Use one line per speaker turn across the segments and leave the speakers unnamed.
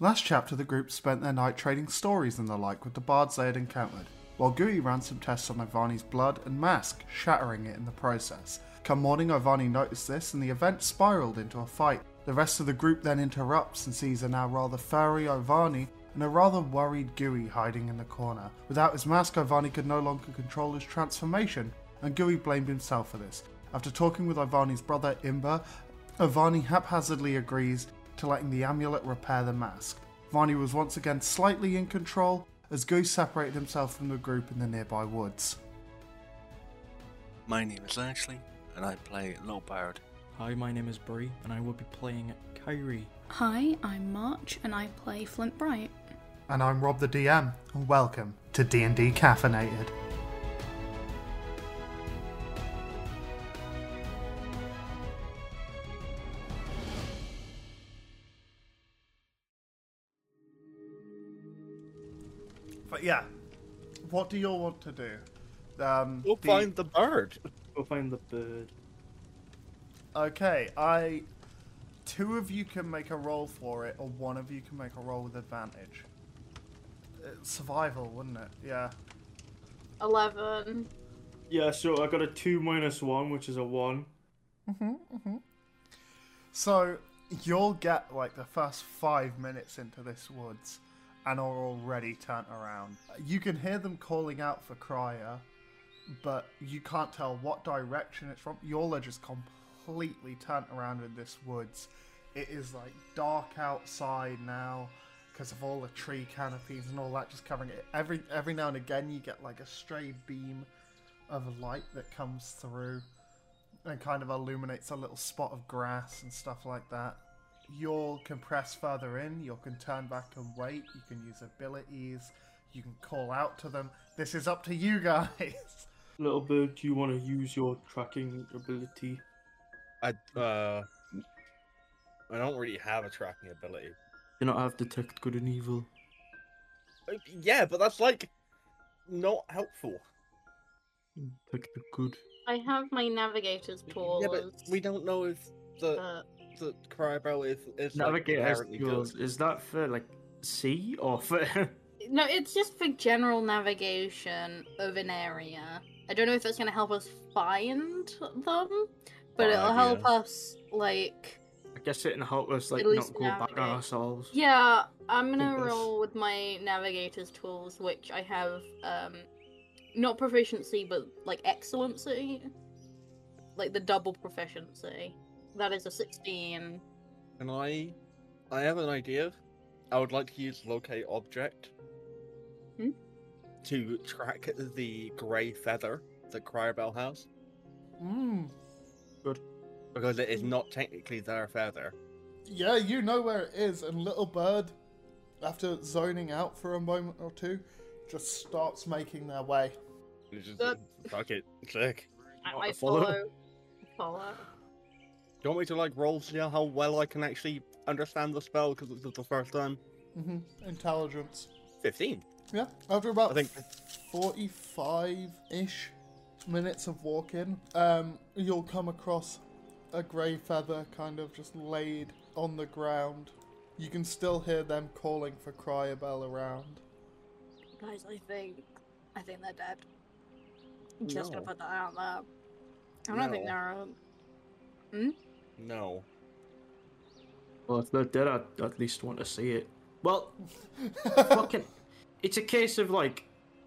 Last chapter, the group spent their night trading stories and the like with the bards they had encountered, while Gui ran some tests on Ivani's blood and mask, shattering it in the process. Come morning, Ivani noticed this, and the event spiraled into a fight. The rest of the group then interrupts and sees a now rather furry Ivani and a rather worried Gui hiding in the corner. Without his mask, Ivani could no longer control his transformation, and Gui blamed himself for this. After talking with Ivani's brother, Imber, Ivani haphazardly agrees to letting the amulet repair the mask. Vani was once again slightly in control as Goose separated himself from the group in the nearby woods.
My name is Ashley, and I play Little Bird.
Hi, my name is Bree, and I will be playing Kyrie.
Hi, I'm March and I play Flint Bright.
And I'm Rob the DM, and welcome to D&D Caffeinated. But yeah, what do you all want to do? Um,
We'll
the-
find the bird.
Go find the bird.
Okay, I. Two of you can make a roll for it, or one of you can make a roll with advantage. It's survival, wouldn't it? Yeah.
11.
Yeah, so I got a two minus one, which is a one.
So you'll get like the first five minutes into this woods, and are already turned around. You can hear them calling out for Cryer, but you can't tell what direction it's from. Y'all are just completely turned around in this woods. It is like dark outside now because of all the tree canopies and all that just covering it. Every every now and again, you get like a stray beam of light that comes through and kind of illuminates a little spot of grass and stuff like that. You'll compress further in, you can turn back and wait, you can use abilities, you can call out to them. This is up to you guys.
Little bird, do you want to use your tracking ability?
I uh, I don't really have a tracking ability.
Do not have detect good and evil.
Uh, Yeah, but that's like not helpful.
Detect the good.
I have my navigator's tools.
Yeah, but we don't know if the
but
the cryo is is
Navigate
like,
as
inherently
yours.
good.
Is that for like sea or for?
no, it's just for general navigation of an area. I don't know if it's going to help us find them, but
Bad
it'll
idea.
help us, like.
I guess it and help us like
At least
not go back on
navigate.
ourselves.
Yeah, I'm going to
Compass.
roll with my navigator's tools, which I have, um, not proficiency, but, like, excellency. Like, the double proficiency. That is a 16.
Can I? I have an idea. I would like to use locate object
Hmm?
to track the grey feather that Cryobell has
Mm.
because it is
Hmm.
not technically their feather.
Yeah, you know where it is, and Little Bird, after zoning out for a moment or two, just starts making their way.
It's just,
That-
fuck it, sick. Not
I, I
to follow.
follow. Follow.
Do you want me to like roll to see how well I can actually understand the spell because this is the first time?
hmm Intelligence.
Fifteen.
Yeah, after about
I think-
45 ish minutes of walking, um, you'll come across a grey feather kind of just laid on the ground. You can still hear them calling for Cryobell around.
Guys, I think I think they're dead. I'm just gonna
No.
put that out there. I don't think
No.
they're um,
No.
Well, if they're dead, I would at least want to see it. Well, fucking, it's a case of like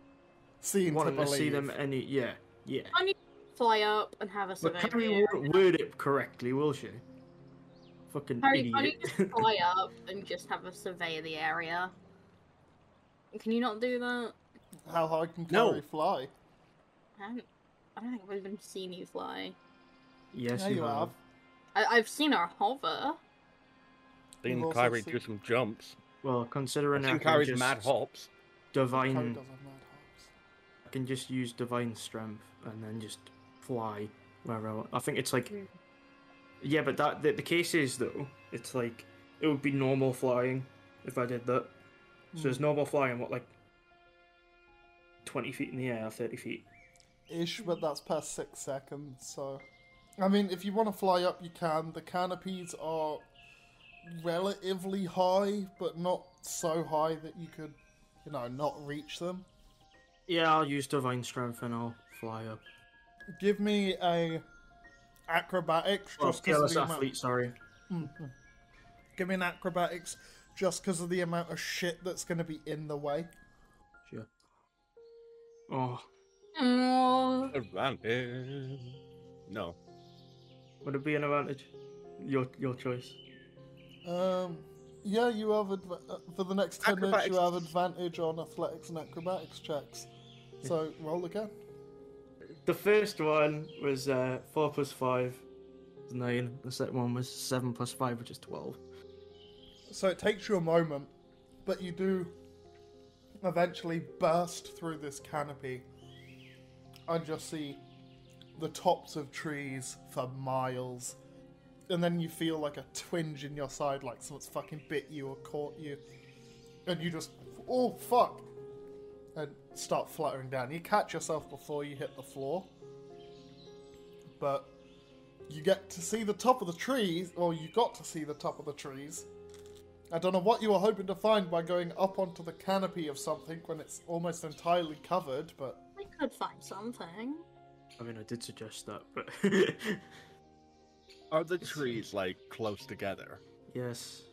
Seem to
wanting to
believe.
see them any. Yeah, yeah.
fly up and have a
But
survey.
Carrie won't word it correctly, will she? Fucking
Harry, can't you
idiot.
just fly up and just have a survey of the area? Can you not do that?
How high can
No.
Curry fly?
I don't, I don't think I've even seen you fly.
yes,
Yeah,
you
you
have.
have.
I, I've seen her hover.
Seen
also
Kyrie
seen-
do some jumps.
Well, considering
I've
I
seen
can
Kyrie's
just
mad hops.
Curry
divine,
does have mad hops.
I can just use divine strength and then just fly wherever. I, want. I think it's like, yeah, but that the, the case is though, it's like it would be normal flying if I did that. So it's normal flying what like twenty feet in the air, thirty feet.
ish, but that's past six seconds. So, I mean, if you want to fly up, you can. The canopies are relatively high, but not so high that you could, you know, not reach them.
Yeah, I'll use divine strength and I'll fly up.
Give me a acrobatics.
Oh,
just 'cause of
fearless
the amount-
athlete, sorry.
Give me an acrobatics just because of the amount of shit that's going to be in the way.
Sure. Oh,
Oh,
Advantage. No.
would it be an advantage? Your your choice.
Um, yeah, you have adv- uh, for the next ten minutes.
Acrobatics.
You have advantage on athletics and acrobatics checks. So roll again.
The first one was uh, four plus five, is nine. The second one was seven plus five, which is twelve.
So it takes you a moment, but you do eventually burst through this canopy and just see the tops of trees for miles. And then you feel like a twinge in your side, like someone's fucking bit you or caught you. And you just, oh fuck! And start fluttering down. You catch yourself before you hit the floor. But you get to see the top of the trees, or you got to see the top of the trees. I don't know what you were hoping to find by going up onto the canopy of something when it's almost entirely covered, but
I could find something.
I mean, I did suggest that, but
Are the trees like close together?
yes,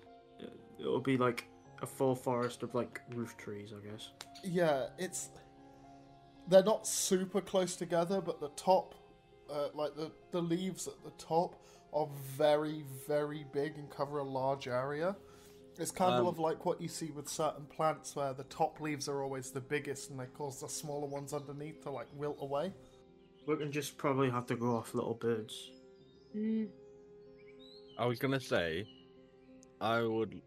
it'll be like a full forest of like roof trees, I guess.
yeah, it's they're not super close together, but the top, uh, like the the leaves at the top, are very very big and cover a large area. It's kind
Um,
of like what you see with certain plants, where the top leaves are always the biggest, and they cause the smaller ones underneath to like wilt away.
We can just probably have to go off little birds.
Mm.
I was gonna say, I would.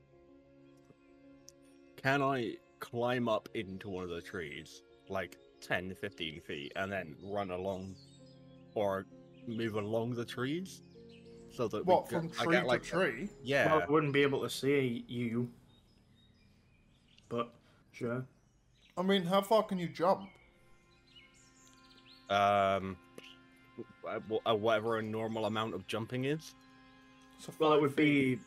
Can I climb up into one of the trees, like 10, 15 feet, and then run along or move along the trees? So that
What
we
from
get, I
tree
get, like,
to
a-
tree?
yeah.
Well, I wouldn't be able to see you, but sure.
I mean, how far can you jump?
um, uh, wh- uh, whatever a normal amount of jumping is.
So
Well, it
five
would
feet.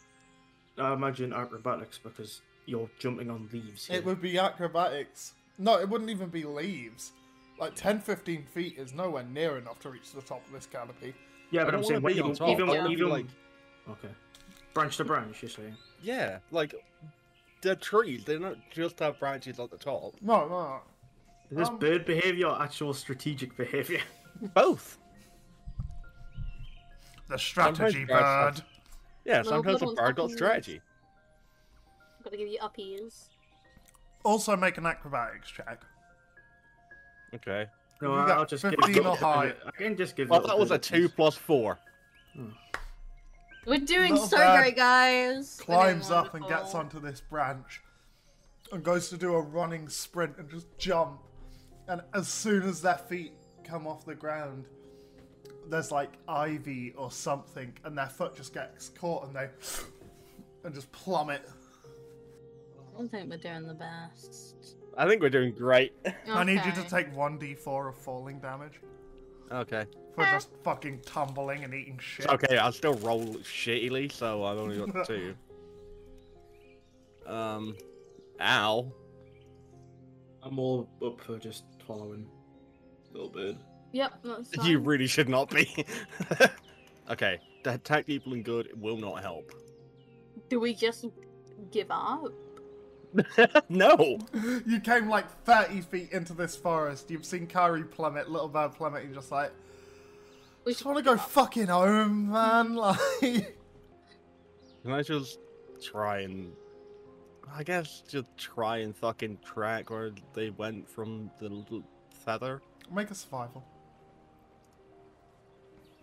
be, I imagine, acrobatics because you're jumping on leaves. Here.
It would be acrobatics. No, it wouldn't even be leaves. Like 10, 15 feet is nowhere near enough to reach the top of this canopy.
Yeah,
I
but
don't
I'm
wanna
saying when
be on
even
top,
even
I
when
wanna be,
even
like-
okay, branch to branch. You're saying
Yeah, like the trees. They don't just have branches at the top.
No, no, no.
is this
Um,
bird behavior or actual strategic behavior?
Both.
The
strategy bird. Yeah,
Little
sometimes a
bubbles
bird
up
got
in-
strategy.
Gotta give you uppies.
Also, make an acrobatics check.
Okay.
No,
You
I-
got
I'll just
15
give.
or higher.
I can just give.
Well,
little
that was a
birds
two plus four.
We're doing
Not
so
bad.
great, guys. We're doing
Climbs up and
wonderful.
gets onto this branch and goes to do a running sprint and just jump. And as soon as their feet come off the ground, there's like ivy or something, and their foot just gets caught and they and just plummet.
I don't think we're doing the best.
I think we're doing great.
I need you to
Okay.
take 1d4 of falling damage.
okay.
for just fucking tumbling and eating shit.
Okay, I still roll shittily, so I've only got two. Um, ow.
I'm all up for just following little bird.
Yep, that's fine.
You really should not be. okay, to attack people in good will not help.
Do we just give up?
no.
You came like 30 feet into this forest. You've seen Kyrie plummet, Little Bird plummet, and you're just like,
We
just want to go fucking home, man. Like,
Can I just try and? I guess just try and fucking track where they went from the little feather.
make a survival.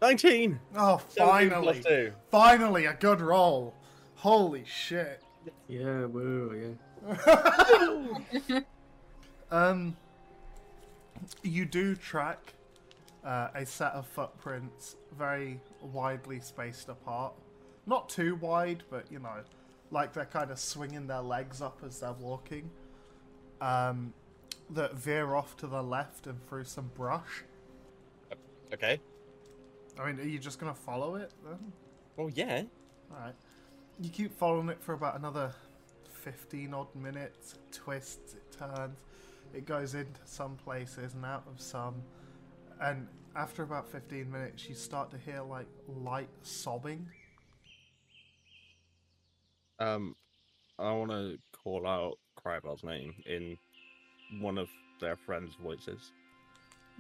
Nineteen.
Oh,
Seventeen
finally.
Plus two.
Finally, a good roll. Holy shit.
Yeah, woo, yeah.
Um, you do track uh, a set of footprints very widely spaced apart. Not too wide, but you know, like they're kind of swinging their legs up as they're walking. Um, that veer off to the left and through some brush.
Okay.
I mean, are you just gonna follow it then?
Well, yeah.
Alright. You keep following it for about another 15 odd minutes. It twists, it turns, it goes into some places and out of some. And after about 15 minutes, you start to hear like light sobbing.
Um, I want to call out Crybell's name in one of their friends' voices.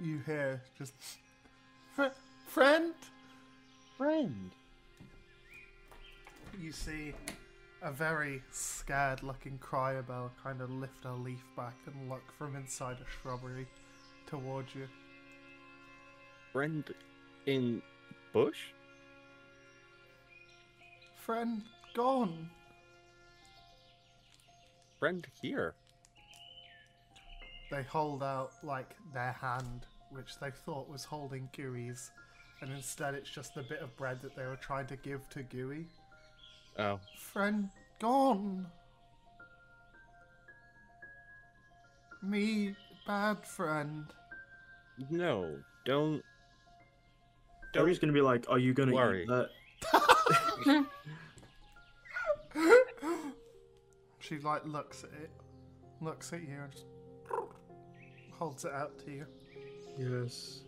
You hear just, "Fr- friend?
Friend.
You see a very scared looking cryobell kind of lift a leaf back and look from inside a shrubbery towards you.
Friend in bush?
Friend gone.
Friend here.
They hold out like their hand, which they thought was holding Gooey's, and instead it's just the bit of bread that they were trying to give to Gooey.
Oh,
Friend gone. Me bad friend.
no, don't.
Terry's
Don't.
gonna be like, "Are you gonna
worry.
eat that?"
She like looks at it, looks at you, and just holds it out to you.
Yes.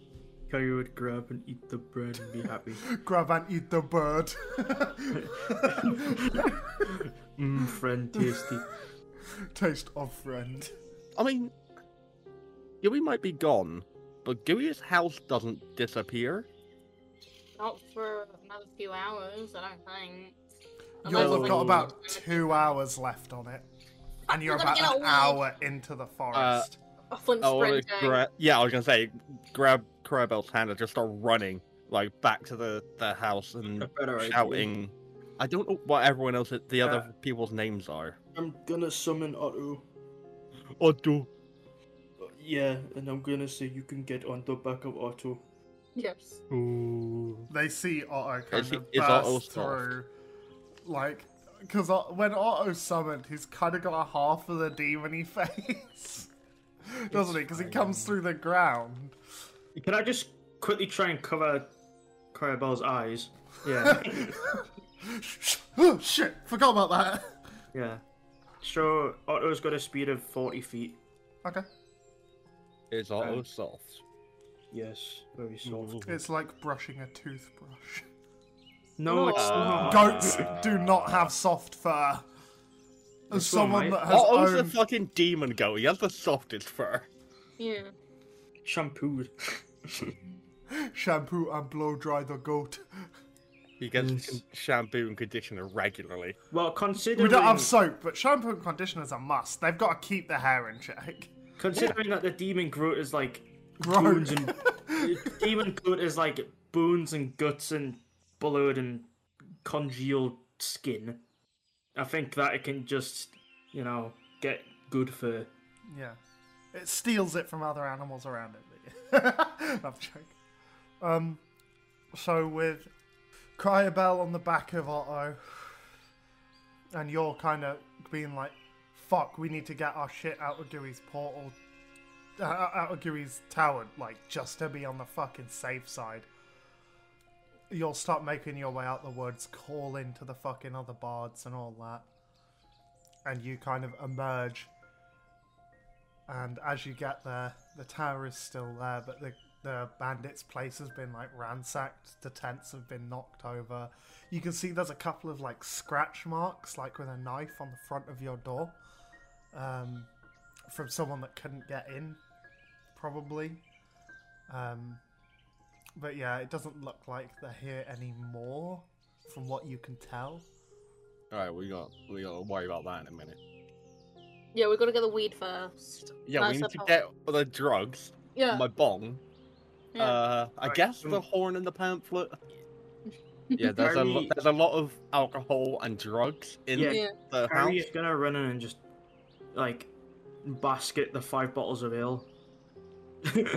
Kyrie would grab and eat the bread and be happy.
Grab and eat the bird.
Mmm, friend, tasty.
Taste of friend.
I mean, Gooey might be gone, but Gooey's house doesn't disappear.
Not for another few hours, I don't think. Unless,
You'll have
like,
got
Oh.
about two hours left on it, and you're
We're
about
gonna
an
get away.
hour into
Uh,
the forest.
a Flint
I wanna
sprint gang.
Oh, gra- yeah, I was gonna say, grab Crabell's hand and just start running, like back to the, the house and
better idea.
shouting. I don't know what everyone else, the
Uh,
other people's names are.
I'm gonna summon Otto.
Otto.
Yeah, and I'm gonna say you can get on the back of Otto.
Yes.
they see Otto kind
Is he-
of
is
burst
Otto soft?
through, like, because when Otto's summoned, he's kind of got a half of the demony face, doesn't he? Because he comes through the ground.
Can I just quickly try and cover Cryobell's eyes? Yeah,
oh shit! Forgot about that.
yeah. So Otto's got a speed of 40 feet.
Okay,
Is Otto
Um,
soft?
Yes, very soft.
it's like brushing a toothbrush.
No, it's
Uh,
not.
Goats do not have soft fur. As
This one
someone
might.
that has
Otto's the
owned
fucking demon goat. He has the softest fur.
Yeah.
Shampooed.
shampoo and blow dry the goat.
He gets
Yes.
con- shampoo and conditioner regularly.
Well, considering
We don't have soap, but shampoo and conditioner's a must. They've got to keep the hair in check.
considering that the demon groot is like
Grown.
boons and demon groot is like boons and guts and blood and congealed skin. I think that it can just you know get good for
yeah. It steals it from other animals around it. Love joke. Um, so with Cryobell on the back of Otto, and you're kind of being like, fuck, we need to get our shit out of Gooey's portal, uh, out of Gooey's tower, like, just to be on the fucking safe side. You'll start making your way out the woods, call into the fucking other bards and all that. And you kind of emerge. And as you get there, the tower is still there, but the, the bandits' place has been like ransacked. The tents have been knocked over. You can see there's a couple of like scratch marks, like with a knife on the front of your door, um, from someone that couldn't get in, probably. Um, but yeah, it doesn't look like they're here anymore, from what you can tell.
All right, we got we got to worry about that in a minute.
Yeah, we gotta get the weed first.
Yeah,
That's
we
the
need to
problem.
get the drugs.
Yeah.
My bong.
yeah.
Uh, I
Right.
guess the horn and the pamphlet. Yeah, there's a lo-
Harry-
there's a lot of alcohol and drugs in
Yeah.
Yeah.
the house.
Harry is gonna run in and just like basket the five bottles of ale.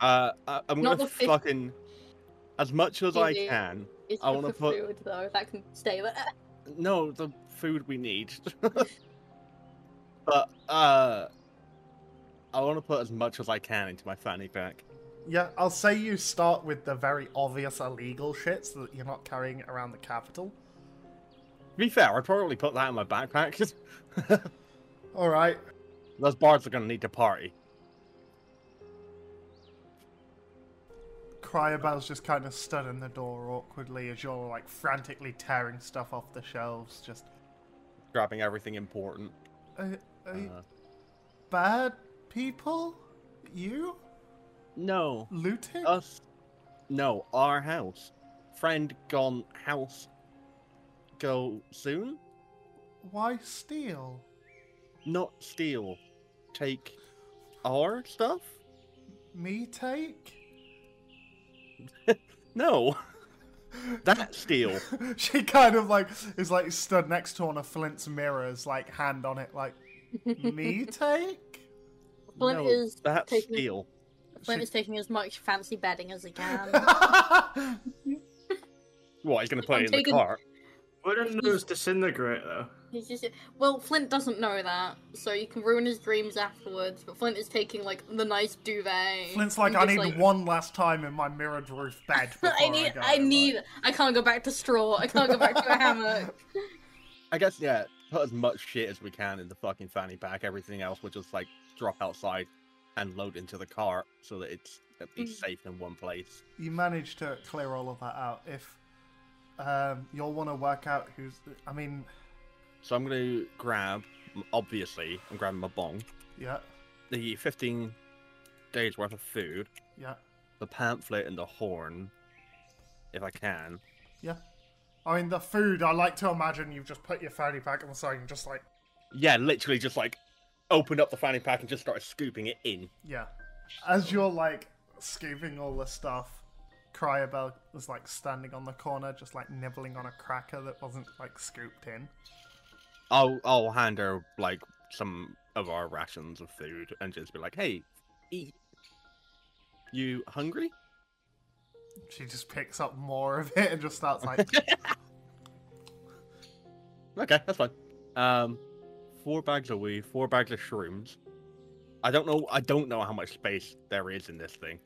Uh, I- I'm
Not
gonna
the fifth-
fucking as much as I
Yeah.
can.
It's
I
just
wanna
for
put-
food though. That can stay there.
No, the food we need. but uh, I want to put as much as I can into my fanny pack.
Yeah, I'll say you start with the very obvious illegal shit so that you're not carrying it around the capital.
be fair, I'd probably put that in my backpack. 'cause
All right.
Those bards are gonna need to party.
Cryobell's just kind of stood in the door awkwardly as you're like frantically tearing stuff off the shelves. Just,
Grabbing everything important.
are, are you
Uh,
bad people? You?
no,
Looting?
us. No, our house. Friend gone house. Go soon.
Why steal?
Not steal. Take our stuff.
Me take?
No, that steal.
she kind of like is like stood next to one of Flint's mirrors, like hand on it, like, me take?
Flint
no,
is
that
taking-
steal.
Flint
She-
is taking as much fancy bedding as he can. Um,
What he's gonna put
I'm
it in
taking-
the cart?
Wouldn't those disintegrate though?
He's just well, Flint doesn't know that, so you can ruin his dreams afterwards. But Flint is taking like the nice duvet.
Flint's like,
and
I
just,
need one last time in my mirrored roof bed. before
I need.
go,"
I,
like-
need. I can't go back to straw. I can't go back to a hammock.
I guess yeah, put as much shit as we can in the fucking fanny pack. Everything else we'll just like drop outside and load into the cart so that it's at
Hmm.
least safe in one place.
you manage to clear all of that out. If um, you'll want to work out who's, I mean,
So I'm gonna grab obviously, I'm grabbing my bong.
yeah,
The fifteen days worth of food,
yeah,
the pamphlet and the horn, if I can.
yeah. I mean, the food. I like to imagine you've just put your fanny pack on the side and just like,
Yeah, literally just like opened up the fanny pack and just started scooping it in.
yeah. As you're like scooping all the stuff, Cryobell was like standing on the corner, just like nibbling on a cracker that wasn't like scooped in.
I'll I'll hand her like some of our rations of food and just be like, "Hey, eat. You hungry?
She just picks up more of it and just starts like,
Okay, that's fine. Um, four bags of weed, four bags of shrooms. I don't know. I don't know how much space there is in this thing.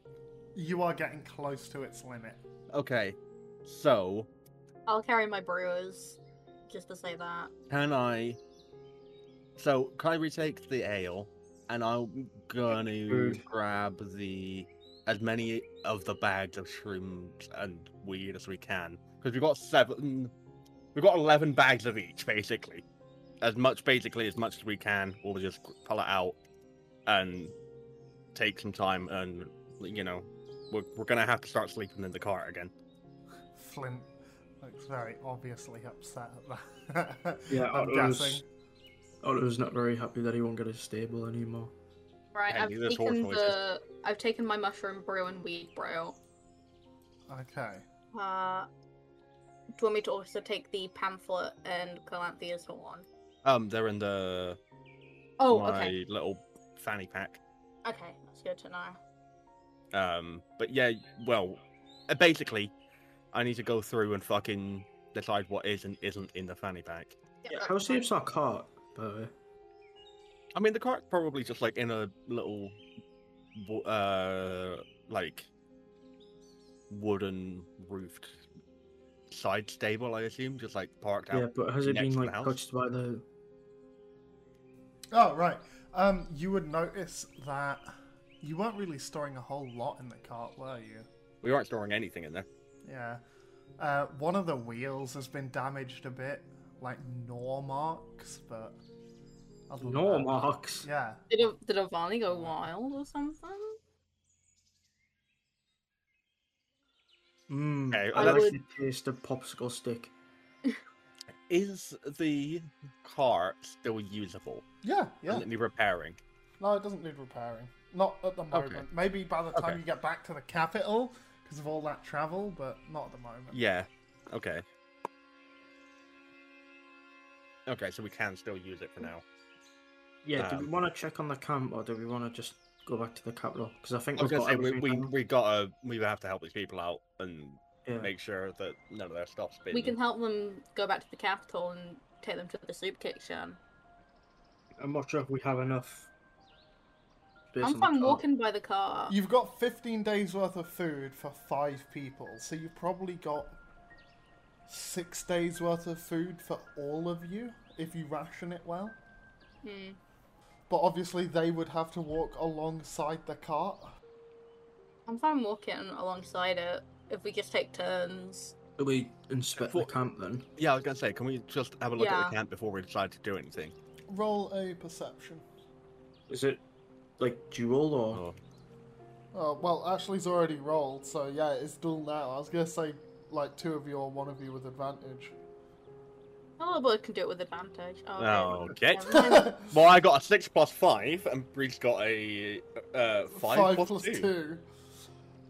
you are getting close to its limit.
Okay, so
I'll carry my brewers, just to say that.
can I? So Kyrie takes the ale, and I'm gonna
Food.
grab the as many of the bags of shrooms and weed as we can because we've got seven, we've got eleven bags of each basically. As much basically as much as we can, we'll just pull it out and take some time, and you know, we're, we're gonna have to start sleeping in the car again.
Flint looks very obviously upset at that.
Yeah,
I'm
Otto's-
guessing.
Otto's not very happy that he won't get a stable anymore.
Right,
Yeah,
I've
neither is horse
taken
noises.
the. I've taken my mushroom brew and weed brew.
Okay.
Uh, do you want me to also take the pamphlet and Calanthia's horn?
Um, they're in the
Oh,
my
okay.
little fanny pack.
Okay, that's good to know.
Um, but yeah, well, uh, basically, I need to go through and fucking decide what is and isn't in the fanny pack.
Yep,
Yeah,
that's
how
fine.
save's our cart, by the way?
I mean, the cart's probably just like in a little, wo- uh, like wooden roofed side stable, I assume, just like parked
Yeah,
out.
but has it
next
been
to the
like
house.
touched by the?
Oh right. Um, you would notice that you weren't really storing a whole lot in the cart, were you?
We aren't storing anything in there.
Yeah. Uh, one of the wheels has been damaged a bit, like gnaw marks, but other than
No
that-
marks.
Yeah.
Did a, did a Varney go wild or something?
Mm,
Okay, uh,
I
I
like
would-
the taste of popsicle stick.
Is the cart still usable?
Yeah. Yeah.
Does it need repairing?
No, it doesn't need repairing. Not at the moment.
Okay.
Maybe by the time
Okay.
you get back to the capital, because of all that travel, but not at the moment.
Yeah. Okay. Okay, so we can still use it for now.
Yeah, do we
Um,
want to check on the camp or do we want to just go back to the capital? Because I think
I was
we've
gonna
got
say we,
everything.
we,
down.
we gotta we have to help these people out and
yeah.
make sure that none of their stuff's been.
We can help them go back to the capital and take them to the soup kitchen.
I'm not sure if we have enough. space on
I'm
the
fine
cart.
walking by the car.
You've got 15 days worth of food for five people, so you've probably got six days worth of food for all of you if you ration it well.
Hmm.
But obviously, they would have to walk alongside the cart.
I'm fine walking alongside it if we just take turns.
Do we inspect
Before-
the camp then?
Yeah, I was gonna say, can we just have a look at
Yeah.
the camp before we decide to do anything?
Roll a perception.
Is it like dual or?
Or-
Oh, well, Ashley's already rolled, so yeah, it's dual now. I was gonna say, like, two of you or one of you with advantage.
Oh, but I can do it with advantage. Oh,
Oh, okay.
Never mind.
Five
Well, I got a six plus five, and Bree's got a uh, five,
plus two.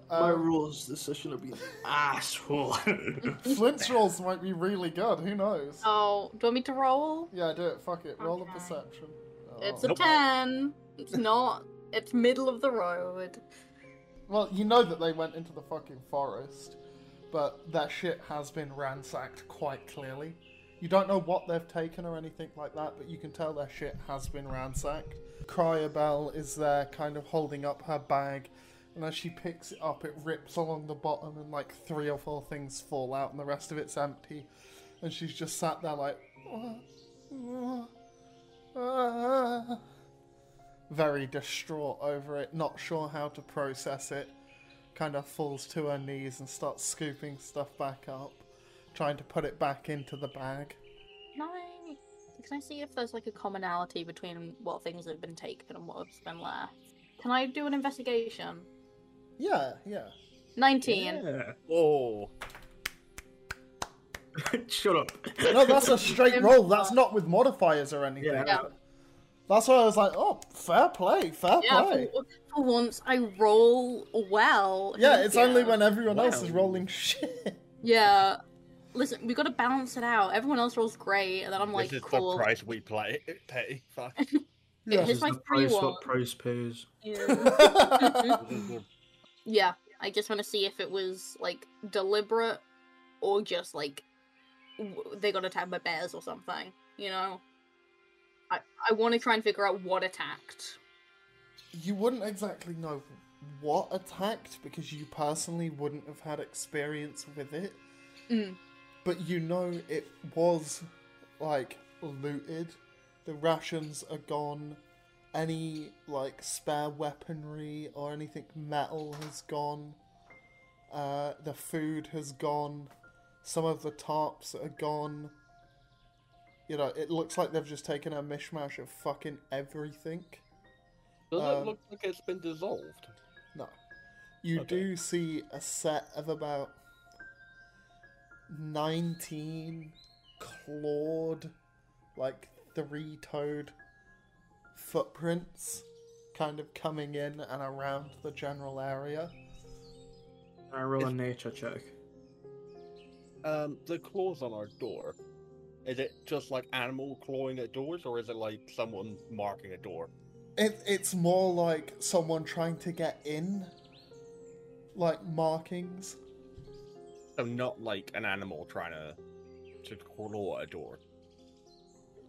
My
Um,
rules decision will be an asshole.
Flint's rolls might be really good, who knows?
Oh, do you want me to roll?
Yeah, do it, fuck it. Roll
Okay.
a perception. Oh.
It's a
Nope.
10. It's not. It's middle of the road.
Well, you know that they went into the fucking forest, but that shit has been ransacked quite clearly. You don't know what they've taken or anything like that, but you can tell their shit has been ransacked. Cryobel is there, kind of holding up her bag, and as she picks it up, it rips along the bottom, and like three or four things fall out, and the rest of it's empty. And she's just sat there, like. very distraught over it, not sure how to process it. Kind of falls to her knees and starts scooping stuff back up, trying to put it back into the bag.
Can I, can I see if there's like a commonality between what things have been taken and what has been left? Can I do an investigation?
Yeah, yeah.
19.
Oh,
Shut up.
No, that's a straight roll. That's not with modifiers or anything.
Yeah.
Yeah,
That's why I was like, oh, fair play, fair
yeah
play.
for, for once I roll well.
Yeah,
Thank
it's
you.
only when everyone else is
Wow.
rolling shit.
Yeah. Listen, we gotta balance it out. Everyone else rolls great, and then I'm like,
this is
cool.
the price we play, pay. Fuck.
Yeah.
It's my free
price
one.
what price pays.
Yeah. Yeah, I just want to see if it was like deliberate or just like w- they got attacked by bears or something. You know, I I want to try and figure out what attacked.
you wouldn't exactly know what attacked because you personally wouldn't have had experience with it.
Mm.
But you know it was like looted. The rations are gone. Any like spare weaponry or anything metal has gone. Uh, the food has gone. Some of the tarps are gone. You know, it looks like they've just taken a mishmash of fucking everything.
Doesn't
Um,
it look like it's been dissolved?
No. You
Okay.
do see a set of about 19 clawed, like three toed footprints kind of coming in and around the general area.
Can I roll a nature check?
Um, the claws on our door. Is it just like animal clawing at doors, or is it like someone marking a door?
It, it's more like someone trying to get in, like markings.
So not like an animal trying to to claw at a door.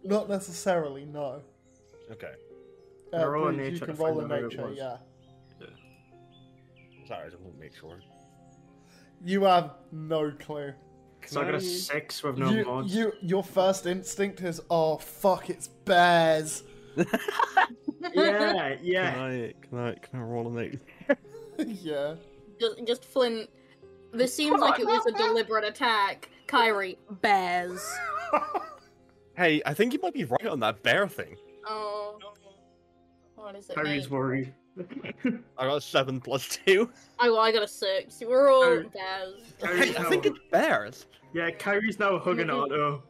Not necessarily, no.
Okay,
Uh,
I roll a
Breeze, you
nature
can
to
roll a
find out who it
nature,
was?
yeah.
sorry, I just want to make sure.
You have no clue.
So I got a six with no
you,
mods.
you, your first instinct is, oh fuck, it's bears.
Yeah, yeah.
I can I can I roll a eight?
yeah.
just, just Flint. This seems like it was a deliberate attack. Kyrie, bears.
Hey, I think you might be right on that bear thing.
Oh, what is it?
Harry's
mate?
worried.
I got a seven plus two.
I, well, I got a six. We're all
Kyrie-
bears.
Kyrie's
Hey, I think it's bears.
yeah, Kyrie's now hugging Otto.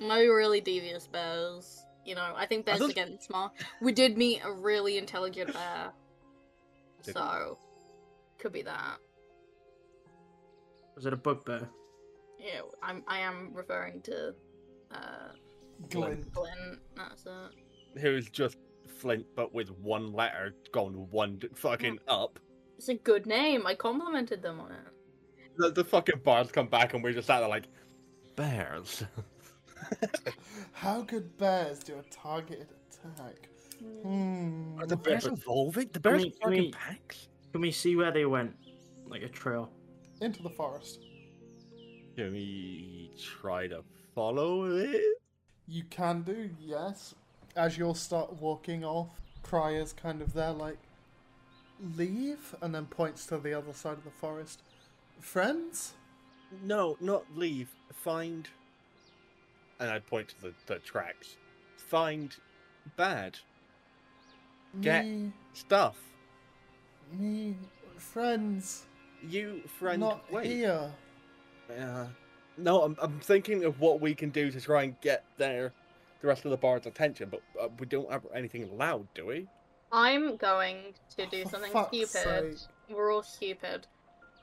No really devious bears. You know, I think bears
thought-
are getting smart. We did meet a really intelligent bear.
Did-
So could be that.
Was it a bugbear?
Yeah, I'm I am referring to uh
Glint.
Glenn, that's it.
Who's just Flint, but with one letter gone one d- fucking up.
It's a good name. I complimented them on it.
The, the fucking bars come back, and we're just sat there like bears.
How could bears do a targeted attack? Hmm.
Are the bears
but-
evolving? The bears
mean- I
are fucking
mean-
packs?
Can we see where they went? Like a trail.
Into the forest.
Can we try to follow it?
You can do, yes. As you'll start walking off, Crier's kind of there, like, leave, and then points to the other side of the forest. Friends?
No, not leave. Find. And I point to the, the tracks. Find bad Get-
Me,
stuff.
me, friends.
You, friend,
not
wait.
here.
Uh, no, I'm, I'm thinking of what we can do to try and get their the rest of the bard's attention, but uh, we don't have anything loud, do we?
I'm going to do
For
something
fuck's
stupid.
sake.
We're all stupid.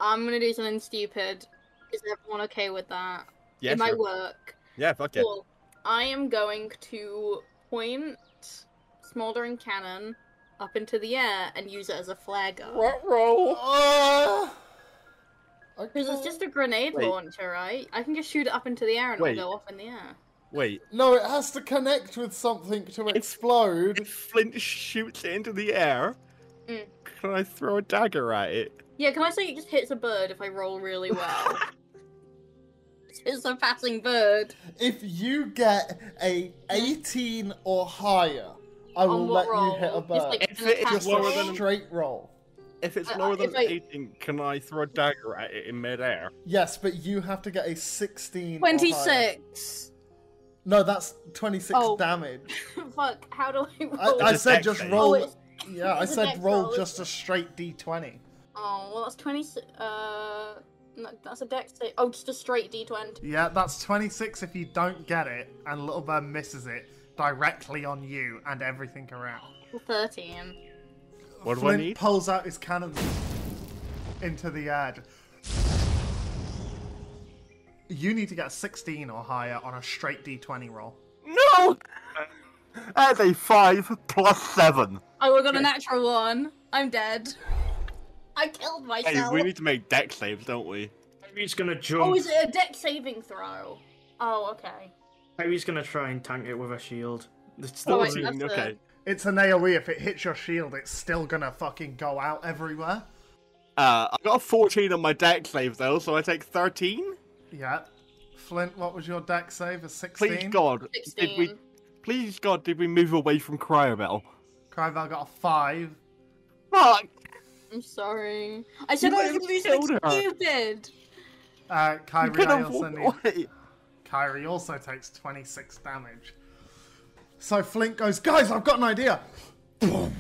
I'm gonna do something stupid. Is everyone okay with that? it might
sure.
work.
Yeah, fuck it.
Cool. I am going to point smoldering cannon up into the air and use it as a flagger.
Ah! I
Because it's
can't-
just a grenade
Wait.
launcher, right? I can just shoot it up into the air and
Wait.
it'll go off in the air.
Wait,
No, it has to connect with something to explode.
if Flint shoots it into the air,
Mm.
can I throw a dagger at it?
Yeah, can I say it just hits a bird if I roll really well? it's a passing bird.
If you get a 18 or higher, I will
On
let
what
you hit a
roll?
bird.
Just like
If
an
it- if
attack
Just
it's lower
roll?
a
than-
straight roll.
If it's
Uh,
lower than
if I-
18, can I throw a dagger at it in midair?
Yes, but you have to get a 16. or higher.
26.
No, that's 26
Oh.
damage.
Fuck, how do I
I,
roll?
I
It's a
said
dex
just
save.
roll.
Oh, it's-
yeah, I
it's a
said
dex
roll
roll, isn't
just a straight d20.
Oh, well, that's 20. Uh, no, that's a dex save. Oh, just a straight d20.
Yeah, that's 26 if you don't get it, and Little Bird misses it directly on you and everything around.
13.
What do I
Flint
need?
pulls out his cannon into the air. You need to get a 16 or higher on a straight d20 roll.
No! At a 5 plus 7.
Oh, I got a natural one. I'm dead. I killed
Hey,
myself.
we need to make deck saves, don't we?
Kyrie's gonna jump.
Oh, is it a deck saving throw? Oh, okay.
Kyrie's gonna try and tank it with a shield. It's the
Oh,
oh,
wait,
Fourteen,
that's a-
okay.
It's an AoE. If it hits your shield, it's still gonna fucking go out everywhere.
Uh, I got a 14 on my deck save, though, so I take 13?
Yeah. Flint, what was your deck save? A 16?
Please, God. Did we,
16.
please, God, did we move away from Cryobell?
Cryval got a 5.
Fuck!
I'm sorry. I said
You
I
might
was
have
gonna do something
killed her.
stupid.
Uh,
You
Kyrie,
could
I
have
also
walked
need.
away.
Kyrie also takes 26 damage. So Flint goes, Guys, I've got an idea! Boom.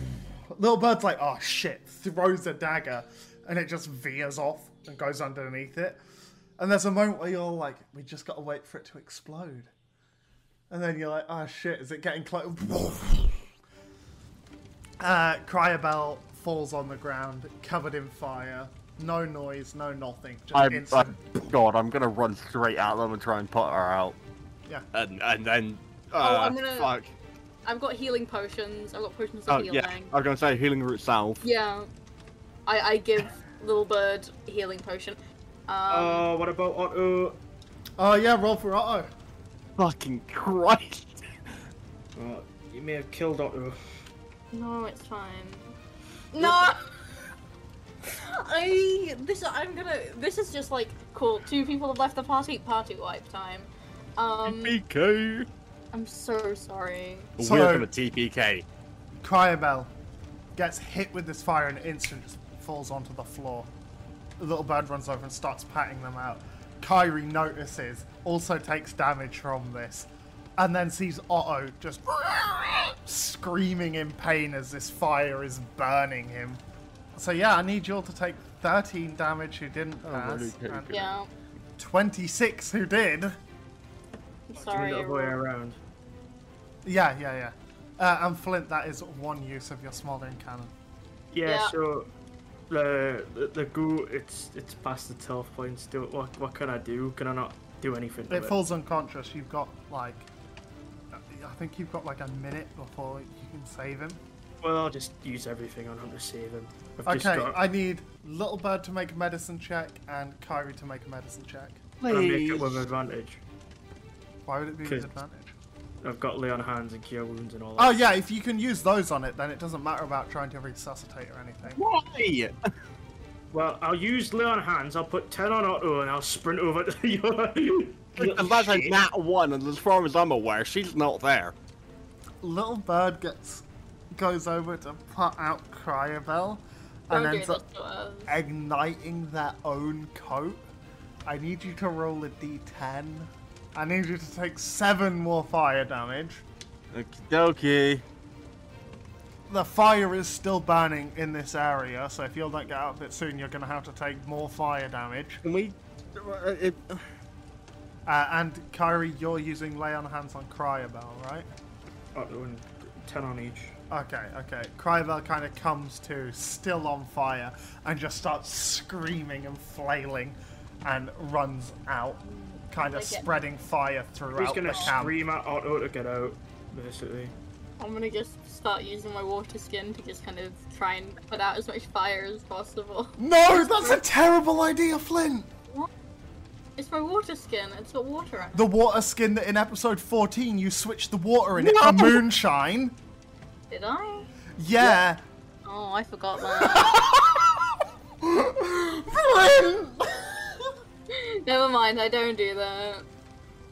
Little Bird's like, Oh shit, throws a dagger, and it just veers off and goes underneath it. And there's a moment where you're like, We just gotta wait for it to explode. And then you're like, Oh shit, is it getting close? Uh, Cryobel falls on the ground, covered in fire. No noise, no nothing. Just
I'm,
instant.
I'm, God, I'm gonna run straight at them and try and put her out.
Yeah.
And, and then. Uh,
Oh, I'm gonna-
Fuck.
I've got healing potions. I've got potions of
Oh,
healing.
yeah. I was gonna say healing root south.
Yeah. I, I give little bird healing potion. Um,
Uh,
Oh, what about Otto?
Oh yeah, roll for Otto.
Fucking Christ!
Oh, you may have killed Otto.
no, it's fine. No. I this I'm gonna this is just like cool. Two people have left the party. Party wipe time. Um,
TPK!
I'm so sorry.
So-
We're gonna TPK.
Cryobel gets hit with this fire and instant just falls onto the floor. The little bird runs over and starts patting them out. Kyrie notices, also takes damage from this, and then sees Otto just screaming in pain as this fire is burning him. So yeah, I need you all to take 13 damage who didn't pass,
Oh, okay,
and
Yeah,
26 who did.
I'm
Do you
sorry.
know the way around?
Yeah, yeah, yeah. Uh, and Flint, that is one use of your smoldering cannon.
Yeah,
Yeah.
so the, the the goo it's it's past the twelve points. Do what what can I do? Can I not do anything? with
it falls unconscious. You've got like, I think you've got like a minute before you can save him.
Well, I'll just use everything on him to save him. I've just
Okay,
got-
I need Little Bird to make a medicine check and Kyrie to make a medicine check.
can I make it with advantage.
Why would it be
Good.
with advantage?
I've got lay on hands and cure wounds and all that.
Oh yeah, if you can use those on it, then it doesn't matter about trying to resuscitate or anything.
Why?
Well, I'll use Leon Hands, I'll put 10 on Otto, and I'll sprint over to you.
And that's a nat one, and as far as I'm aware, she's not there.
Little bird gets goes over to put out Cryobel and
Okay,
ends up
that's, uh,
igniting their own coat. I need you to roll a d10. I need you to take seven more fire damage.
Okie dokie.
The fire is still burning in this area, so if you don't get out of it soon, you're going to have to take more fire damage.
Can we. uh, It,
Uh, and Kyrie, you're using lay on hands on Cryobel, right?
Otto and 10 on each.
Okay, okay. Cryobel kind of comes to, still on fire, and just starts screaming and flailing, and runs out, kind of
Like it.
spreading fire
He's
throughout
gonna
the camp.
scream at Otto to get out, basically.
I'm gonna just start using my water skin to just kind of try and put out as much fire as possible.
No, that's a terrible idea, Flynn.
It's my water skin. It's got water on it.
The water skin that in episode 14 you switched the water in it for
No!
moonshine.
Did I?
Yeah.
Oh, I forgot that.
Flynn!
Never mind. I don't do that.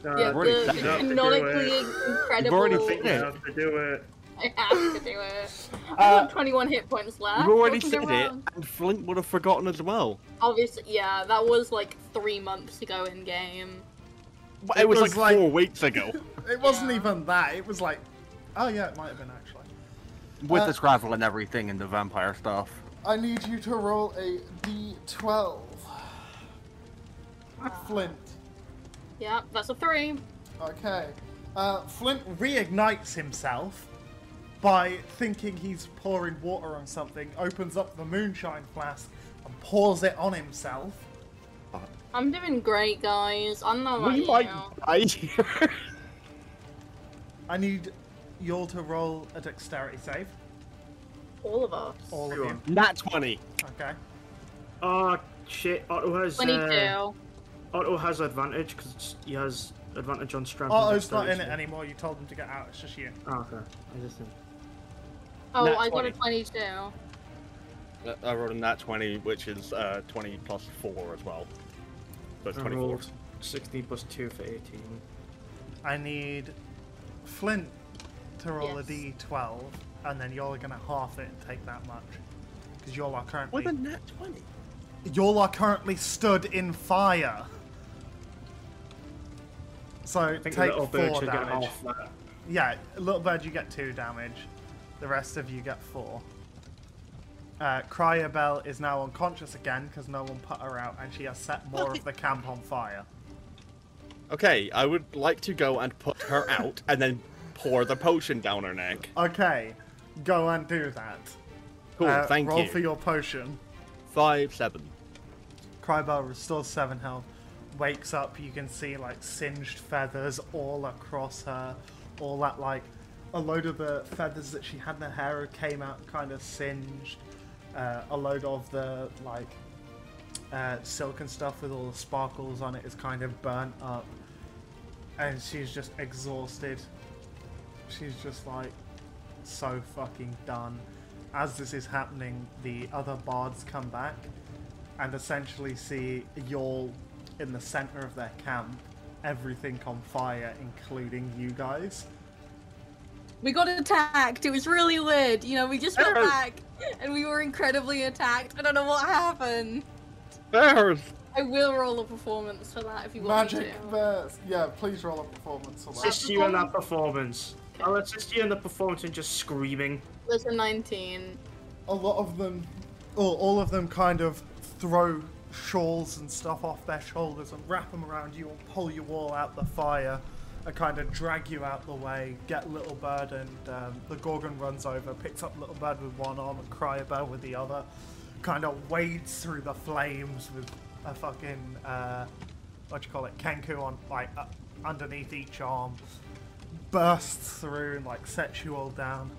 No,
yeah,
already
the
done that.
canonically
You've
incredible.
already figured it.
have to do it.
I have to do it. I've
Uh,
got 21 hit points left.
You've already
What can
said
go
it,
wrong?
and Flint would have forgotten as well.
Obviously, yeah, that was like three months ago in game.
But It, was,
was
like,
like-
four weeks ago
It wasn't
Yeah.
even that. It was like, oh yeah, it might have been actually.
with
Uh,
the travel and everything and the vampire stuff.
I need you to roll a d12. Flint.
Yeah, that's a three.
Okay. Uh, Flint reignites himself by thinking he's pouring water on something, opens up the moonshine flask, and pours it on himself.
I'm doing great, guys. I don't know about
we
you.
might die here.
I need you all to roll a dexterity save.
All of us.
All of
Sure.
you.
Nat 20.
Okay.
Oh shit! Otto has
22.
uh, Otto has advantage because he has advantage on strength. and
Oh, it's not in it
dexterity.
anymore. You told him to get out. It's just you.
Ah, okay. I just think-
oh,
nat
I got a
20.
22.
Uh, I rolled a nat 20, which is uh, 20 plus 4 as well. So it's
I
24.
rolled sixteen plus two for eighteen.
I need Flint to roll
Yes.
a d12, and then you're gonna half it and take that much, because y'all are currently
With a nat 20?
y'all are currently stood in fire. So
I
take
think the little
four
bird should get
damage.
half that.
Yeah, little bird, you get two damage. The rest of you get four. Uh, Cryobel is now unconscious again because no one put her out, and she has set more of the camp on fire.
Okay, I would like to go and put her out and then pour the potion down her neck.
Okay, go and do that.
Cool,
Uh,
thank
roll
you.
for your potion.
5, 7.
Crybell restores seven health. Wakes up, you can see like singed feathers all across her. All that like a load of the feathers that she had in her hair came out kind of singed. Uh, a load of the like uh, silk and stuff with all the sparkles on it is kind of burnt up, and she's just exhausted. She's just like so fucking done. As this is happening, the other bards come back and essentially see y'all in the center of their camp, everything on fire, including you guys.
We got attacked. It was really weird. You know, we just went
Arrow.
back and we were incredibly attacked. I don't know what happened.
There's
I will roll a performance for that if you want me
Magic
to.
verse. Yeah, please roll a performance for that.
Assist you in that performance. I'll assist you in the performance and just screaming.
There's a 19.
A lot of them, or all of them, kind of throw shawls and stuff off their shoulders and wrap them around you and pull you all out the fire. And kind of drag you out the way, get Little Bird, and um, the Gorgon runs over, picks up Little Bird with one arm and Cryobell with the other, kind of wades through the flames with a fucking uh, what do you call it, Kenku on like uh, underneath each arm, bursts through and like sets you all down,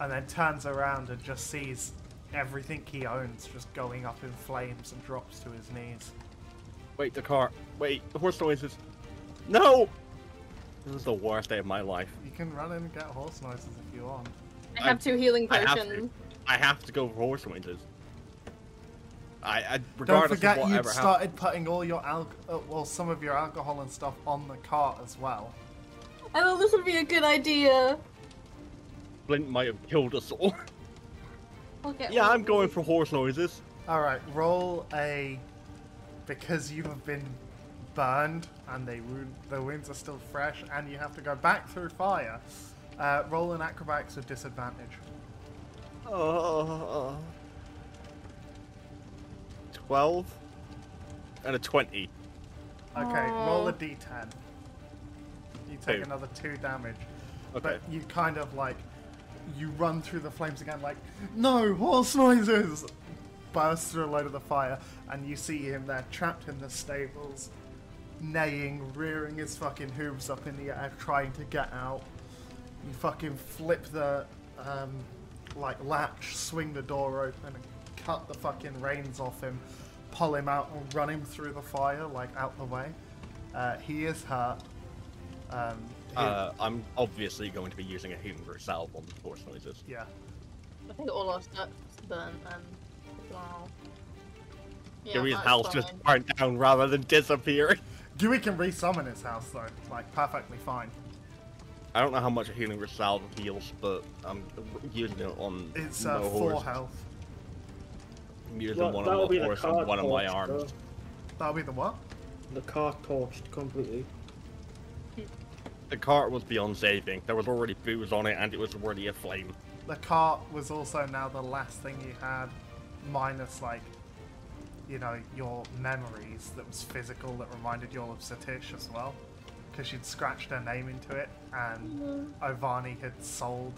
and then turns around and just sees everything he owns just going up in flames and drops to his knees.
Wait, the car. Wait, the horse noises. No! This is the worst day of my life.
You can run in and get horse noises if you want.
I have two healing
I have
potions.
to. I have to go for horse noises. I, I
Don't
regardless
forget
of
you
whatever
would
happened.
started putting all your al- uh, well, some of your alcohol and stuff on the cart as well.
I thought this would be a good idea.
Blint might have killed us all.
Okay.
yeah, I'm going for horse noises.
All right, roll a because you have been burned and they wound, the wounds are still fresh, and you have to go back through fire. Uh, roll an acrobatics with disadvantage.
Uh, 12 and a 20.
Okay, roll a d10. You take
Two.
another two damage,
Okay.
but you kind of like you run through the flames again, like no horse noises. Burst through a load of the fire, and you see him there, trapped in the stables, neighing, rearing his fucking hooves up in the air, trying to get out. You fucking flip the um, like latch, swing the door open, and cut the fucking reins off him, pull him out, and run him through the fire, like out the way. Uh, he is hurt. Um, he-
Uh, I'm obviously going to be using a Hoover salve on the horse noises.
yeah.
I think all our stuff's burnt and wow. Yeah,
Giri's
that's
house just
fine.
burnt down rather than disappearing.
Dewey can resummon his house though, like perfectly fine.
I don't know how much a healing salve heals, but I'm using it on
It's
no
uh, four
horse.
health.
I'm using
Well,
one
that'll
on
be
my
the
horse and one on my
card
arms.
box,
That'll be the what?
The car torched completely.
The cart was beyond saving. There was already booze on it, and it was already aflame.
The cart was also now the last thing you had, minus like, you know, your memories that was physical that reminded you all of Satish as well, because she'd scratched her name into it, and Ovani had sold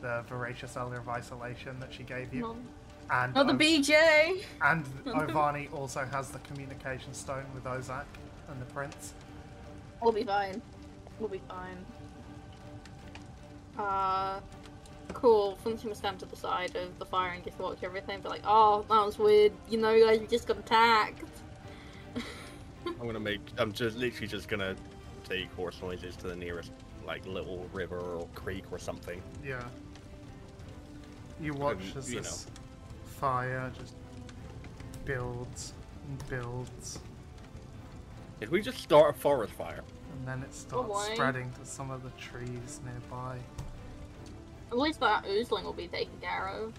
the voracious elder of isolation that she gave you,
Mom.
and
Not the
Ov-
BJ.
and Ovani also has the communication stone with Ozak and the prince.
We'll be fine. We'll be fine. Uh, cool. Flinch gonna stand to the side of the fire and just watch everything. Be like, oh, that was weird. You know, guys, we just got attacked.
I'm gonna make. I'm just literally just gonna take horse noises to the nearest like little river or creek or something.
Yeah. You watch
And,
as
you
this fire just builds and builds,
If we just start a forest fire,
and then it starts
boy.
spreading to some of the trees nearby.
At least that oozling will be taking care of.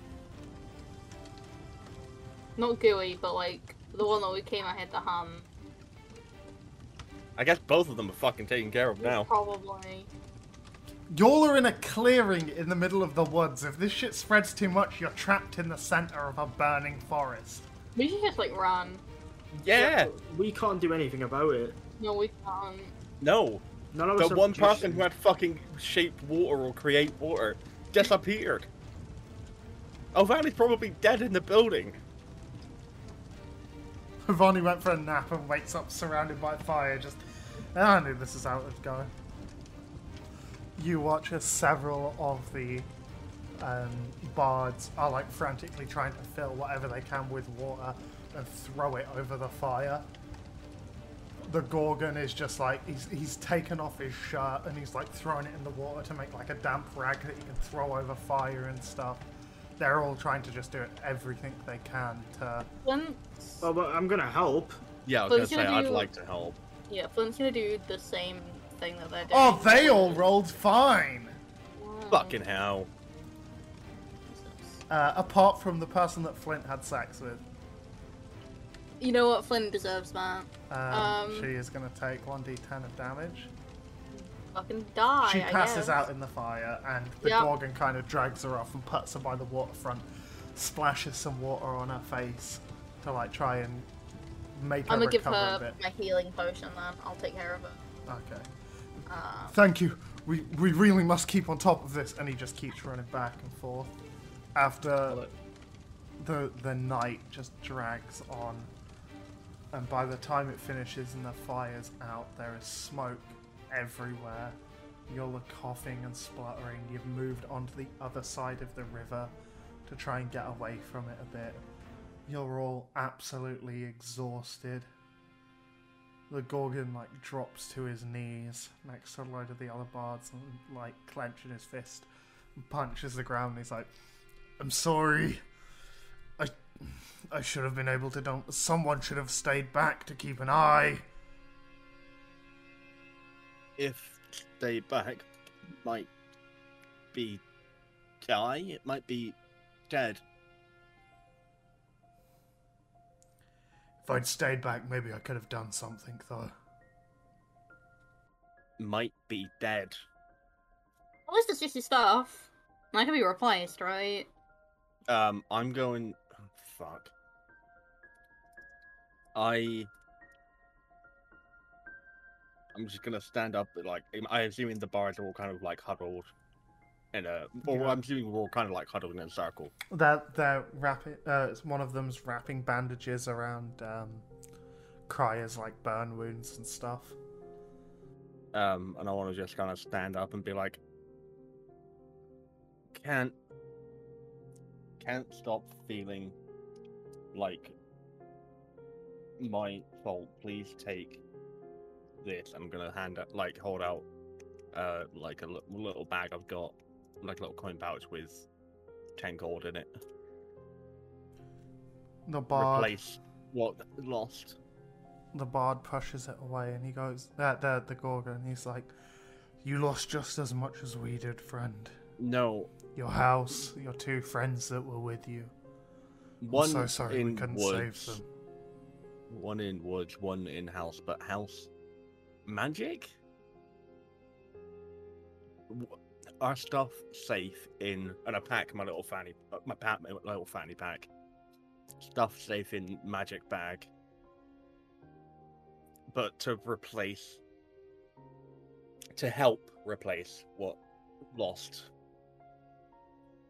Not gooey, but like the one that we came ahead to hum.
I guess both of them are fucking taken care of now.
Probably.
Y'all are in a clearing in the middle of the woods. If this shit spreads too much, you're trapped in the center of a burning forest.
We should just like run.
Yeah.
We can't do anything about it.
No, we can't.
No.
None of
The
us. are
one person who
magicians.
had fucking shaped water or create water disappeared. Ovani's probably dead in the building.
Vonnie went for a nap and wakes up surrounded by fire. Just, "Ah, I knew this is how it would go. You watch as several of the um, bards are like frantically trying to fill whatever they can with water and throw it over the fire. The Gorgon is just like he's he's taken off his shirt and he's like throwing it in the water to make like a damp rag that you can throw over fire and stuff. They're all trying to just do everything they can to
Flint's-
Well, Oh, but I'm gonna help.
Yeah, I
But
was
should
gonna say
I
I'd
do-
like to help.
yeah, Flint's gonna do the same thing that they're doing.
Oh, they all rolled fine.
Wow.
Fucking hell.
Uh, apart from the person that Flint had sex with,
You know what? Flynn deserves that.
um,
Um,
she is going to take one d10 of damage.
Fucking die.
she
I
passes
guess.
out in the fire, and the
Yep.
Gorgon kind of drags her off and puts her by the waterfront, splashes some water on her face to like try and make her
I'm gonna give
recover a
her
bit.
my healing potion then. I'll take care of it.
Okay. Thank you. We we really must keep on top of this, and he just keeps running back and forth. After the the night just drags on, and by the time it finishes and the fire's out, there is smoke everywhere. You're the coughing and spluttering. You've moved onto the other side of the river to try and get away from it a bit. You're all absolutely exhausted. The Gorgon like drops to his knees next to a load of the other bards and like clenching his fist and punches the ground and he's like, I'm sorry. I I should have been able to don't. Someone should have stayed back to keep an eye.
If they back, might be die. It might be dead.
If I'd stayed back, maybe I could have done something, though.
Might be dead.
Unless it's just your staff. I can be replaced, right?
Um, I'm going. Fuck. I. I'm just gonna stand up, but, like I'm- I'm assuming the bars are all kind of like huddled, in a. Or
Yeah.
I'm assuming we're all kind of like huddled in a circle.
That they're wrapping. Uh, it's one of them's wrapping bandages around um, Crier's like burn wounds and stuff.
Um, and I want to just kind of stand up and be like, can't, can't stop feeling like my fault. Please take this. I'm gonna hand out, like, hold out, uh, like a li- little bag I've got, like a little coin pouch with ten gold in it.
The bard,
Replace what lost.
the bard pushes it away, and he goes. Uh, the the gorgon. He's like, "You lost just as much as we did, friend.
No,
Your house, your two friends that were with you.
one
I'm so sorry we
in
couldn't
woods.
save them.
One in woods, one in house, but house magic. W- Our stuff safe in, and I pack my little fanny, uh, my, pa- my little fanny pack. Stuff safe in magic bag. But to replace, to help replace what lost,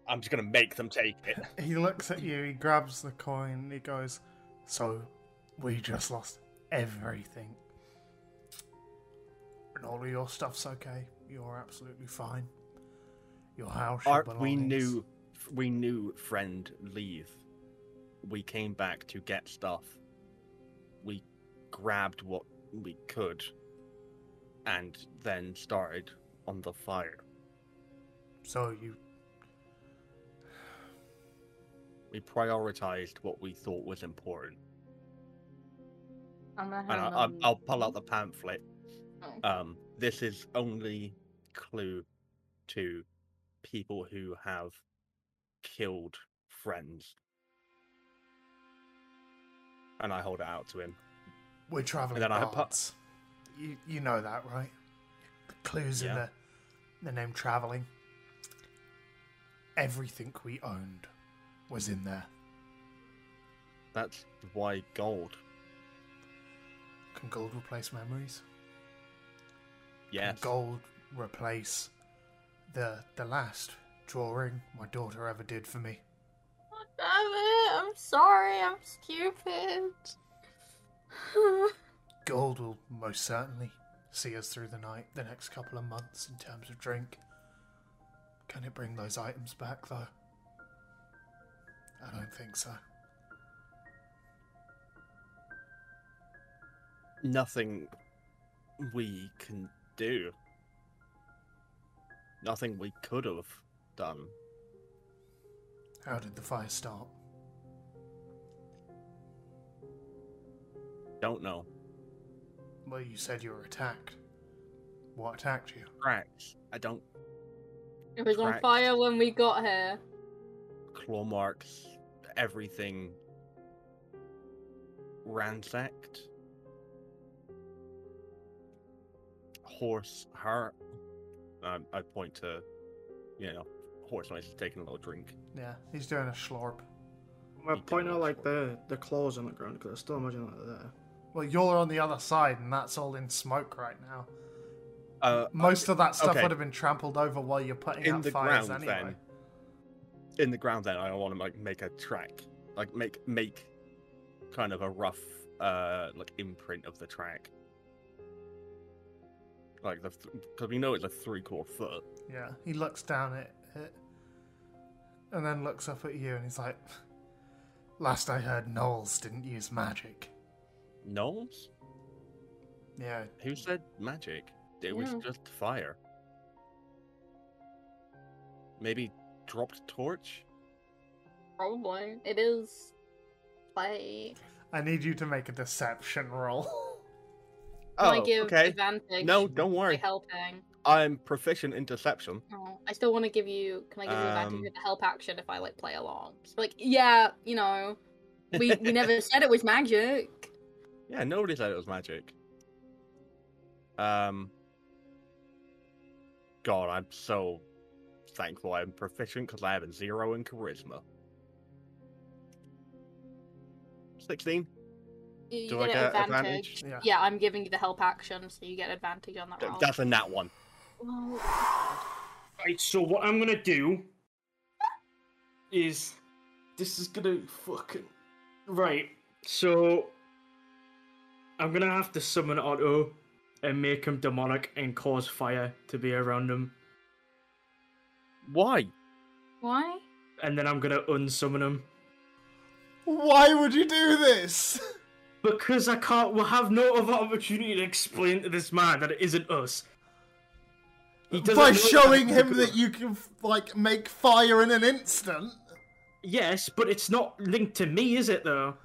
I'm just gonna make them take it.
He looks at you. He grabs the coin. He goes, "So, we just lost everything." And all of your stuff's okay. You're absolutely fine. Your house. your
Art, we
belongings.
knew, we knew friend leave. We came back to get stuff. We grabbed what we could, and then started on the fire.
So you
We prioritized what we thought was important.
I'm
And I, I, I'll pull out the pamphlet.
Oh.
Um, this is only clue to people who have killed friends. And I hold it out to him.
We're traveling
And then I put-
bards. You you know that, right? The clues in
Yeah.
the the name traveling. Everything we owned was in there.
That's why gold.
Can gold replace memories? Can
Yes.
gold replace the the last drawing my daughter ever did for me?
Damn it! I'm sorry. I'm stupid.
Gold will most certainly see us through the night, the next couple of months in terms of drink. Can it bring those items back though? I don't think so.
Nothing we can do. Nothing we could have done.
How did the fire start?
Don't know.
Well, you said you were attacked. What attacked you?
Cracks. I don't.
it was on
Correct.
fire when we got here.
Claw marks. Everything. Ransacked. Horse. Her. I, I point to. You know, horse. Nice taking a little drink.
Yeah, he's doing a schlorp.
I
You
point
can
out like
watch
the the claws on the ground because I still imagine that they're there.
Well, you're on the other side, and that's all in smoke right now.
Uh,
Most of that stuff
okay.
would have been trampled over while you're putting
in
out
the
fires
ground
anyway.
then in the ground then i want to like make a track like make make kind of a rough uh like imprint of the track like the because we know it's a three quarter foot
Yeah, he looks down at it, and then looks up at you, and he's like, "Last I heard, Knowles didn't use magic."
gnomes
Yeah,
who said magic it was
Yeah.
just fire maybe dropped torch
Probably. It is fight.
I need you to make a deception roll.
Oh,
I give
okay.
advantage
No, don't
by
worry.
helping?
I'm proficient in deception.
Oh, I still want to give you. Can I give you advantage
Um,
with the help action if I like play along? Just be like, yeah, you know, we we never said it was magic.
Yeah, nobody said it was magic. Um. God, I'm so thankful I'm proficient because I have a zero in charisma. 16?
You
Do
get
I
an
get
advantage.
advantage?
Yeah.
Yeah, I'm giving you the help action, so you get advantage on that
Th-
roll.
That's a nat one.
Well,
Right, so what I'm gonna do is this is gonna fucking right. So I'm gonna have to summon Otto and make him demonic and cause fire to be around him,
Why?
Why?
and then I'm gonna unsummon him
Why would you do this?
because I can't. We'll have no other opportunity to explain to this man that it isn't us. He doesn't
By
know-
showing him that you can f- like make fire in an instant.
Yes, but it's not linked to me, is it though?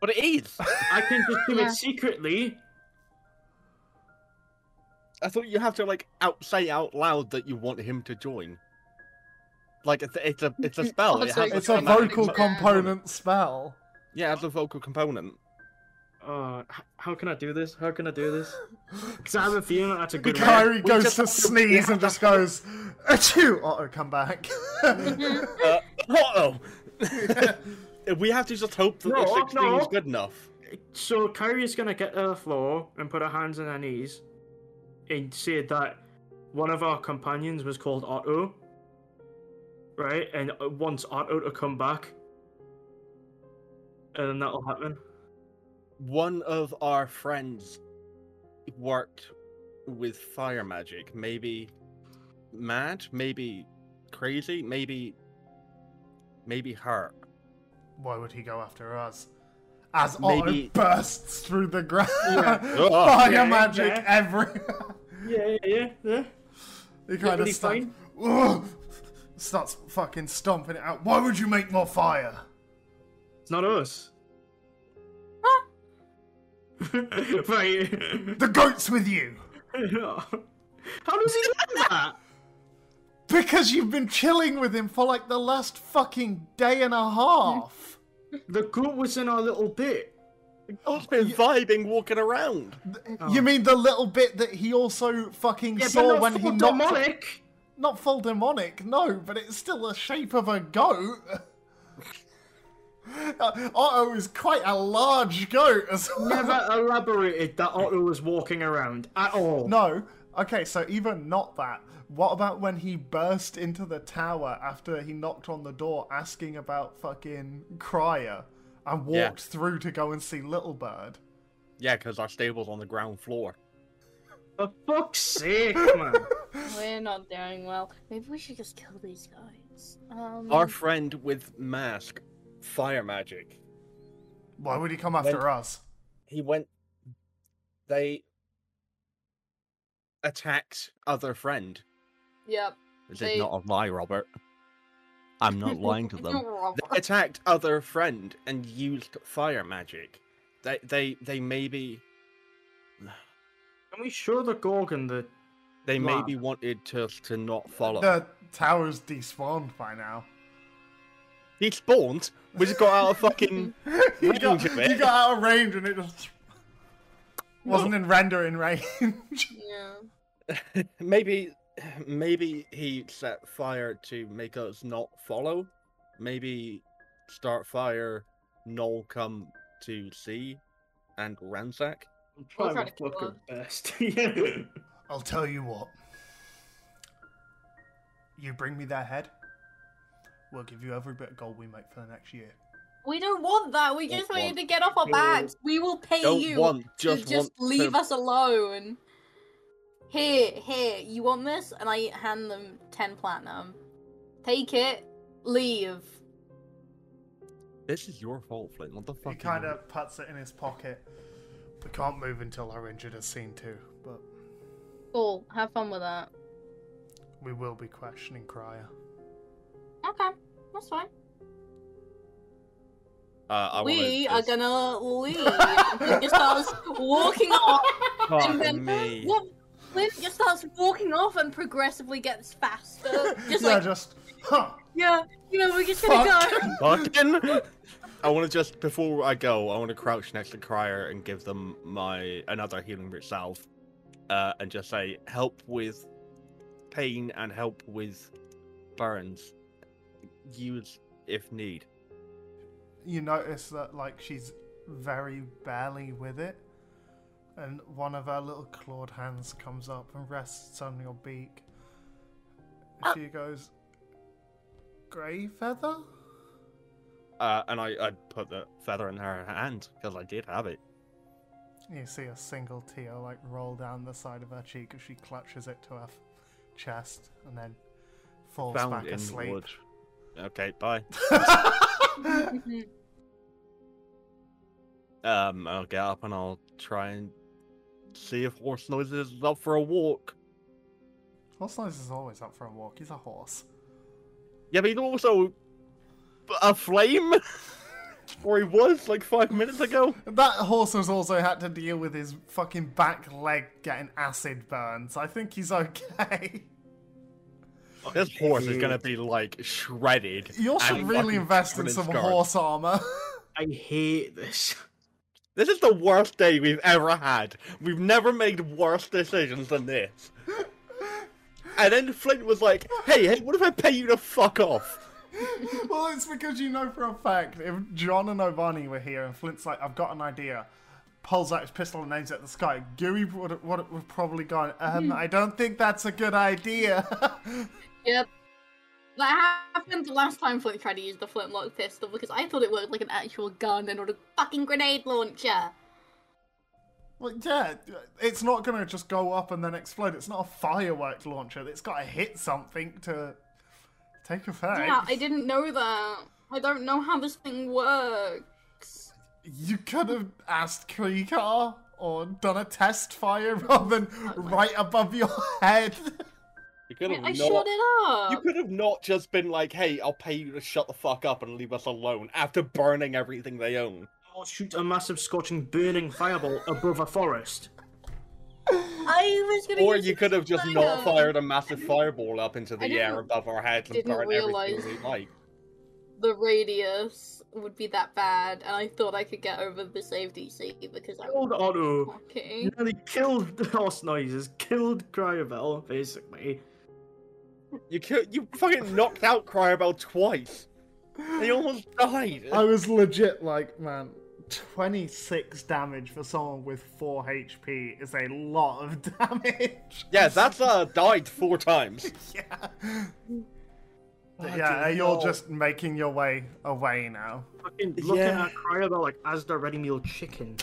But it is!
I can just do
Yeah.
it secretly.
I thought you have to like out say out loud that you want him to join. Like it's it's a it's a spell. It
Also,
has
It's
It's
a
a
come out-
vocal
Yeah.
component spell.
Yeah, it's a vocal component.
Uh, h- how can I do this? How can I do this? Because I have a feeling that's a good round.
Kyrie goes
just
to
have to-
sneeze and just goes, "Achoo!" Otto, come back.
Uh, oh, we have to just hope that
No,
the sixteen
no.
is good enough.
So Kyrie's gonna get to the floor and put her hands on her knees, and say that one of our companions was called Otto, right? And uh, wants Otto to come back, and then that'll happen.
One of our friends worked with fire magic. Maybe mad. Maybe crazy. Maybe maybe hurt.
Why would he go after us? As
Maybe-
Otto bursts through the ground,
Oh,
fire
yeah,
magic
yeah.
everywhere.
Yeah, yeah, yeah.
He kind of
really
starts, Ugh, starts fucking stomping it out. Why would you make more fire?
It's not us. right.
The goat's with you
how does he know that?
because you've been chilling with him for like the last fucking day and a half.
The goat was in our little bit.
I've been vibing, walking around.
You mean the little bit that he also fucking
Oh. Yeah,
saw
but not
when
full
he knocked
demonic.
not full demonic, no, but it's still the shape of a goat. Uh, Otto is quite a large goat as well.
Never elaborated that Otto was walking around at all.
No. Okay, so even not that. What about when he burst into the tower after he knocked on the door asking about fucking Crier and walked
Yeah.
through to go and see Little Bird?
Yeah, because our stable's on the ground floor.
For fuck's sake, man.
We're not doing well. Maybe we should just kill these guys. Um,
Our friend with mask, fire magic.
Why would he come after
When-
us?
he went they attacked other friend
Yep.
this
They-
is not a lie robert i'm not lying to them
Robert.
they attacked other friend and used fire magic they they they maybe
Can we show the Gorgon the?
they
Wow.
maybe wanted to to not follow
The tower's despawned by now.
he spawned we just got out of fucking
You
Range
got,
of it.
you got out of range and it just wasn't in rendering range.
Yeah.
maybe maybe he set fire to make us not follow maybe start fire null come to see and ransack
I'm
We'll
trying
try
my
to kill
fucking best. yeah.
I'll tell you what. You bring me their head, we'll give you every bit of gold we make for the next year.
We don't want that. We just
Don't
want you
want-
to get off our
No.
backs. We will pay
Don't
you
want,
to
just
just
want to-
leave us alone. Here, here, you want this? And I hand them 10 platinum. Take it, leave.
this is your fault flint what the fuck
He kind of puts it in his pocket. We can't move until our injured is seen to, but
Cool, have fun with that.
we will be questioning Cryer.
Okay, that's fine.
Uh, I wanna
we are
just-
gonna leave. Flint just starts walking off,
Fuck
and then
me.
What? Flint just starts walking off and progressively gets faster. Just
yeah,
like
just. Huh,
yeah, you know, we're just gonna
Fuck.
go.
Fucking. I want to just before I go, I want to crouch next to Crier and give them my another healing root salve, uh, and just say help with pain and help with burns. Use if need.
you notice that like she's very barely with it, and one of her little clawed hands comes up and rests on your beak. She goes, "Grey feather."
Uh, and I, I put the feather in her hand because I did have it.
You see a single tear like roll down the side of her cheek as she clutches it to her f- chest and then falls
Found
back
in the
asleep.
wood. Okay, bye. Um, I'll get up and I'll try and see if horse noises is up for a walk.
Horse Nose is always up for a walk. He's a horse.
Yeah, but he's also a flame, or he was like five minutes ago.
That horse has also had to deal with his fucking back leg getting acid burns. I think he's okay.
Oh, This horse is gonna be like shredded.
You all
and
should really
fucking
invest in
covered
some
scars.
horse armor.
I hate this.
This is the worst day we've ever had. We've never made worse decisions than this. And then Flint was like, "Hey, hey, what if I pay you to fuck off?"
well, it's because you know for a fact if John and Obani were here and Flint's like, I've got an idea, pulls out his pistol and aims it at the sky, Gooey would, would, would probably gone, um, I don't think that's a good idea.
Yep. That happened the last time Flint tried to use the flintlock pistol because I thought it worked like an actual gun and not a fucking grenade launcher.
well, yeah, it's not going to just go up and then explode. It's not a fireworks launcher. It's got to hit something to take effect.
Yeah, I didn't know that. I don't know how this thing works.
You could have asked Krikar or done a test fire rather than right above your head.
You could
I, I shot it up.
You could have not just been like, "Hey, I'll pay you to shut the fuck up and leave us alone." After burning everything they own.
Or shoot a massive scorching burning fireball above a forest.
I was gonna.
Or
use
you
it
could
to
have just
fire.
not fired a massive fireball up into the air
didn't-
above our heads and
didn't
burned
realise.
everything we like.
The radius would be that bad, and I thought I could get over the save DC because I was
Oh,
Killed Otto.
fucking.
Nearly killed the horse noises. Killed Cryobel, basically.
You kill, you fucking knocked out Cryobel twice. He almost died.
I was legit like, man, 26 damage for someone with 4 HP is a lot of damage.
yeah, that's uh died four times.
yeah. yeah, you're just making your way away now.
Fucking looking
Yeah.
at Cryobel like Asda ready meal chicken.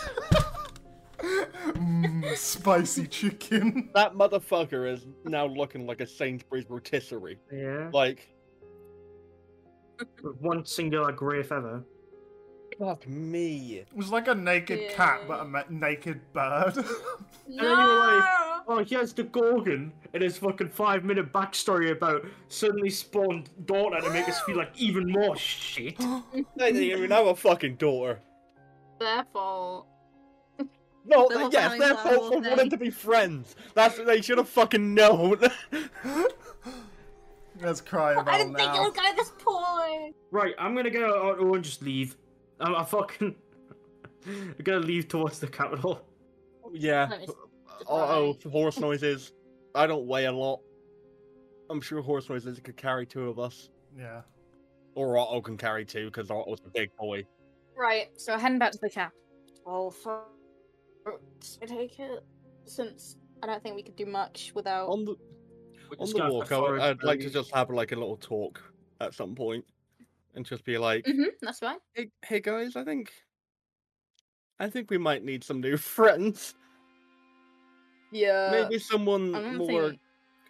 Mm, spicy chicken.
That motherfucker is now looking like a Sainsbury's rotisserie.
Yeah.
Like,
With one singular grey feather.
fuck me.
It was like a naked cat,
Yeah.
but a ma- naked bird.
No.
then you were like- Oh, here's the Gorgon and his fucking five minute backstory about suddenly spawned daughter to make us feel like even more shit.
They didn't even have a fucking daughter.
Their fault.
No,
They were
yes,
fine
they're
that whole
both
day.
wanted to be friends. That's what they should have fucking known.
Let's cry about
I didn't
now.
think it would go this point.
Right, I'm gonna get out of auto and just leave. I'm, I fucking. I'm gonna leave towards the capital.
yeah.
Nice.
Uh oh, horse noises. I don't weigh a lot. I'm sure horse noises could carry two of us.
Yeah.
Or Otto can carry two because Otto's a big boy.
Right, so heading back to the cap.
Well, for Oh, I take it since I don't think we could do much without.
On the
We're
on
just
the
gonna
walk, I,
have
would-
forest
I'd like to
road.
just have like a little talk at some point, and just be like,
hmm that's fine.
"Hey, hey guys, I think, I think we might need some new friends.
Yeah.
Maybe someone
Uh, I'm
more
thinking,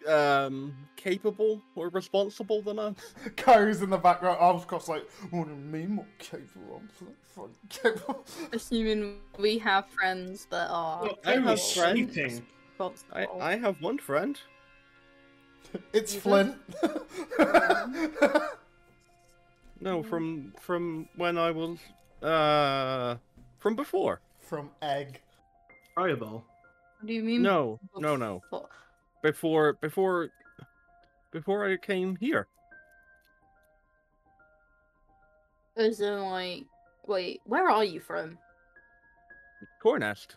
um capable or responsible than us."
Co's in the background, arms crossed, like, what do you mean, what capable? I'm fucking capable.
assuming we have friends that are.
Look,
I
I'm
have
capable,
friends.
sleeping.
I,
responsible.
I have one friend.
It's
You
Flint.
Mm-hmm.
No, from from when I was Uh, from before.
From egg.
Fireball.
What do you mean?
No, no, no.
Before-
Before, before, before I came here.
As in, like, wait, where are you from?
Cornest.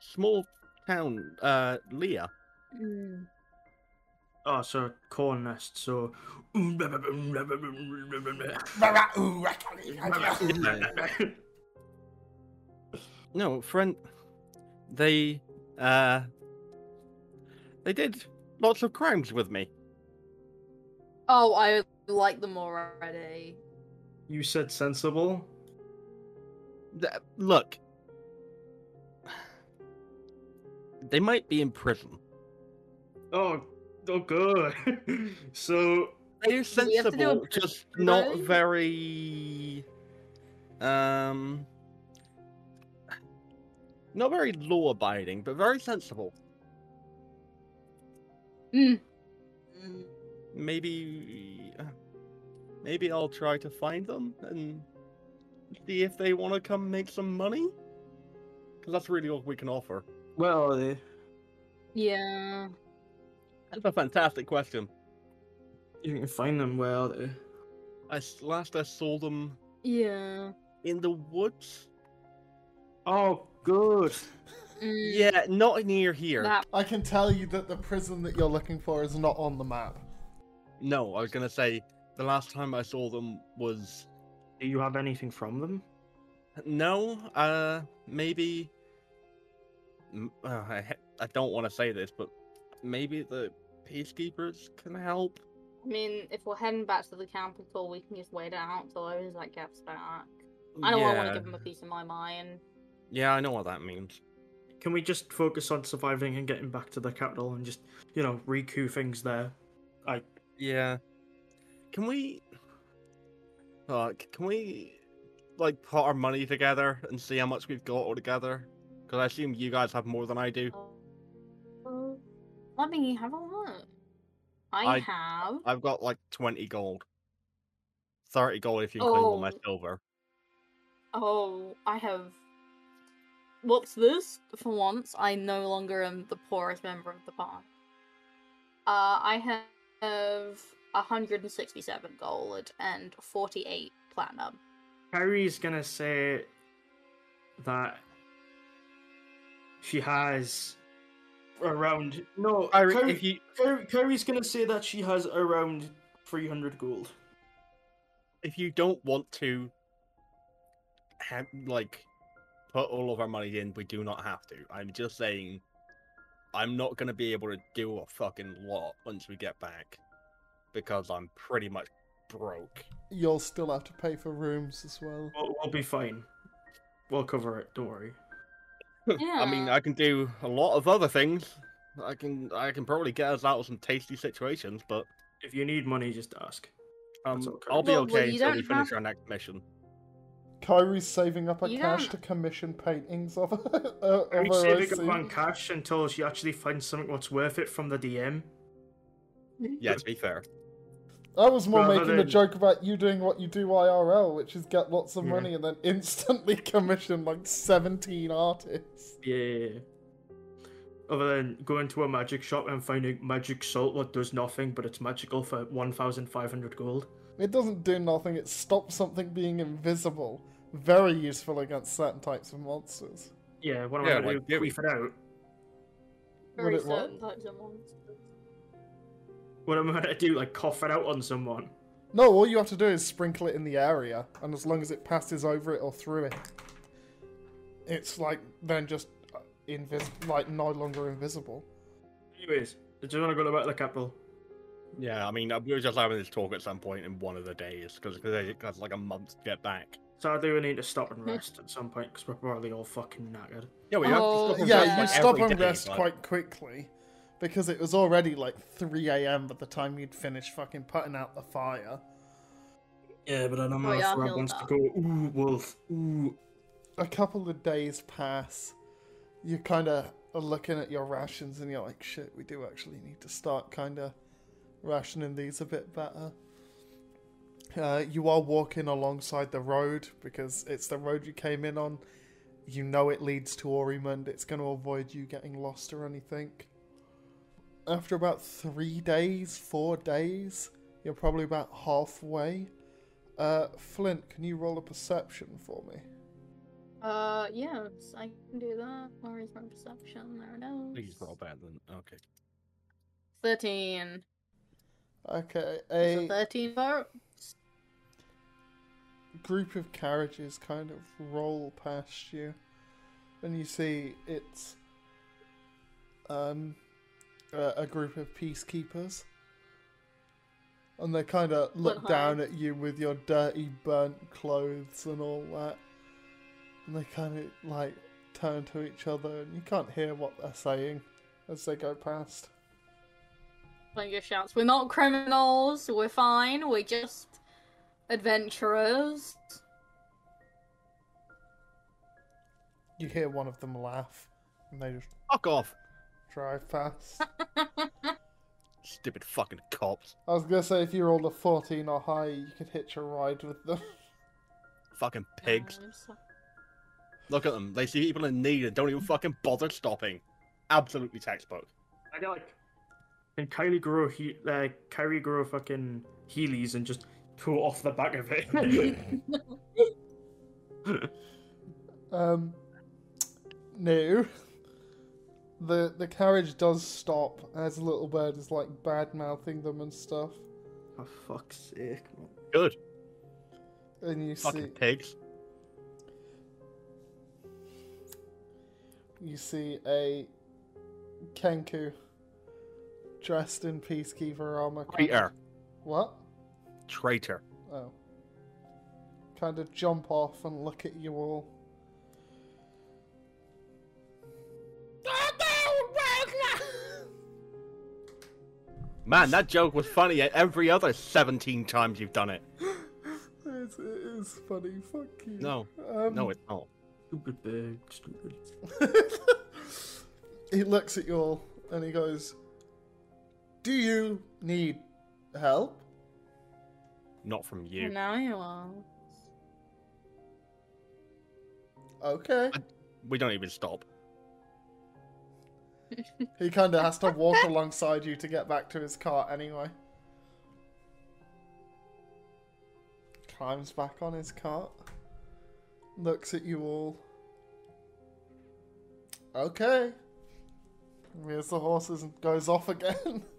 Small town, uh, Leah.
Mm.
Oh, so corn nest. So.
No, friend. They, uh, they did lots of crimes with me.
Oh, I like them already.
you said sensible.
Th- look. They might be in prison.
Oh, oh, good. so
They're
Do we have to do a
sensible, just
prison
not
rally?
very. Um. Not very law abiding, but very sensible.
Mm.
Maybe. uh, Maybe I'll try to find them and see if they want to come make some money? Because that's really all we can offer.
where are they?
Yeah.
That's a fantastic question.
You can find them. Where are they?
I, s- last I saw them
Yeah.
in the woods.
Oh, good.
Mm,
Yeah, not near here.
That
I can tell you that the prison that you're looking for is not on the map.
No, I was gonna say the last time I saw them was
Do you have anything from them?
no, uh, maybe. m- Uh, I ha- I don't want to say this, but maybe the peacekeepers can help.
I mean, if we're heading back to the capital, we can just wait it out till Ozak gets back. I don't want to give him a piece of my mind.
yeah, I know what that means.
Can we just focus on surviving and getting back to the capital and just, you know, recoup things there? I
Yeah, can we? Uh, c- can we like put our money together and see how much we've got all together? Because I assume you guys have more than I do.
Oh. Let me have a look. I,
I-
have.
I've got like twenty gold, thirty gold if you include all my
Oh.
silver.
Oh, I have. What's this? For once, I no longer am the poorest member of the party. Uh, I ha- have 167 gold and 48 platinum.
Kyrie's gonna say that she has around no
Kyrie,
Kyrie,
if you
Kyrie- Kyrie's gonna say that she has around three hundred gold.
if you don't want to have like put all of our money in, we do not have to. I'm just saying I'm not gonna be able to do a fucking lot once we get back. Because I'm pretty much broke.
You'll still have to pay for rooms as well.
We'll, we'll be fine. We'll cover it. Don't worry.
I mean uh,
Yeah.
I can do a lot of other things. I can I can probably get us out of some tasty situations, but
If you need money, just ask.
um,
That's okay.
I'll be
Well,
okay
well, you
until we
don't
finish
have-
our next mission.
Kyrie's saving up her
You
cash
don't-
to commission paintings of, of
Are you
her
saving up
OC.
on cash until she actually finds something what's worth it from the DM?
Yeah, to be fair.
I was more
Rather
making a
than-
joke about you doing what you do IRL, which is get lots of
Yeah.
money and then instantly commission like 17 artists.
Yeah. Other than going to a magic shop and finding magic salt that does nothing but it's magical for 1,500 gold.
It doesn't do nothing, it stops something being invisible. Very useful against certain types of monsters.
Yeah, what am
Yeah,
I going
like
to do?
Dewey.
Queef it out?
Would
very
it work?
certain types of monsters.
What am I going to do? Like cough it out on someone?
No, all you have to do is sprinkle it in the area, and as long as it passes over it or through it, it's like then just uh, invis- like no longer invisible.
Anyways, I just want to go back to the capital.
Yeah, I mean, uh, we were just having this talk at some point in one of the days because it has like a month to get back.
So I do need to stop and rest at some point because we're probably all fucking knackered.
Yeah, we
Oh,
have to stop and
Yeah,
rest,
you
like,
stop
every
and
day,
rest
but-
quite quickly because it was already like 3 a.m. by the time you'd finished fucking putting out the fire.
Yeah, but I don't
Oh,
know
yeah,
if
I
Rob
feel
wants to
that.
go, ooh, wolf, ooh.
A couple of days pass. You kind of are looking at your rations and you're like, shit, we do actually need to start kind of rationing these a bit better. Uh, you are walking alongside the road because it's the road you came in on. You know it leads to Orimund. It's going to avoid you getting lost or anything. After about three days, four days, you're probably about halfway. Uh, Flint, can you roll a perception for me?
Uh, yes, I can do that. Where is my perception? There it is.
He's not better than. Okay.
13.
Okay,
It's a
a
13 vote?
group of carriages kind of roll past you, and you see it's um, a, a group of peacekeepers, and they kind of look
hi.
down at you with your dirty, burnt clothes and all that, and they kind of like turn to each other, and you can't hear what they're saying as they go past.
Like just shouts, We're not criminals, we're fine, we're just adventurers.
You hear one of them laugh, and they just
Fuck off,
drive past.
stupid fucking cops.
I was gonna say if you rolled a fourteen or higher, you could hitch a ride with them.
Fucking pigs.
Uh, so-
Look at them. They see people in need and don't even fucking bother stopping. Absolutely textbook.
I got like. Can Kylie grow he uh, Kyrie grow fucking Heelys and just pull off the back of it?
Um, no. The the carriage does stop as Little Bird is like bad mouthing them and stuff,
For fuck's sake, man.
Good.
and you
Fucking
see
pigs.
you see a Kenku dressed in peacekeeper armor. kind of-
Traitor.
What?
Traitor.
Oh. Kind of jump off and look at you all.
Man, that joke was funny at every other 17 times you've done it.
It's, it is funny. Fuck you.
No.
Um,
No, it's not.
Stupid bird, stupid.
he looks at you all and he goes, Do you need help?
Not from
And
you.
now you are.
Okay.
We don't even stop.
He kind of has to walk alongside you to get back to his car anyway. Climbs back on his cart. Looks at you all. Okay. Rears the horses and goes off again.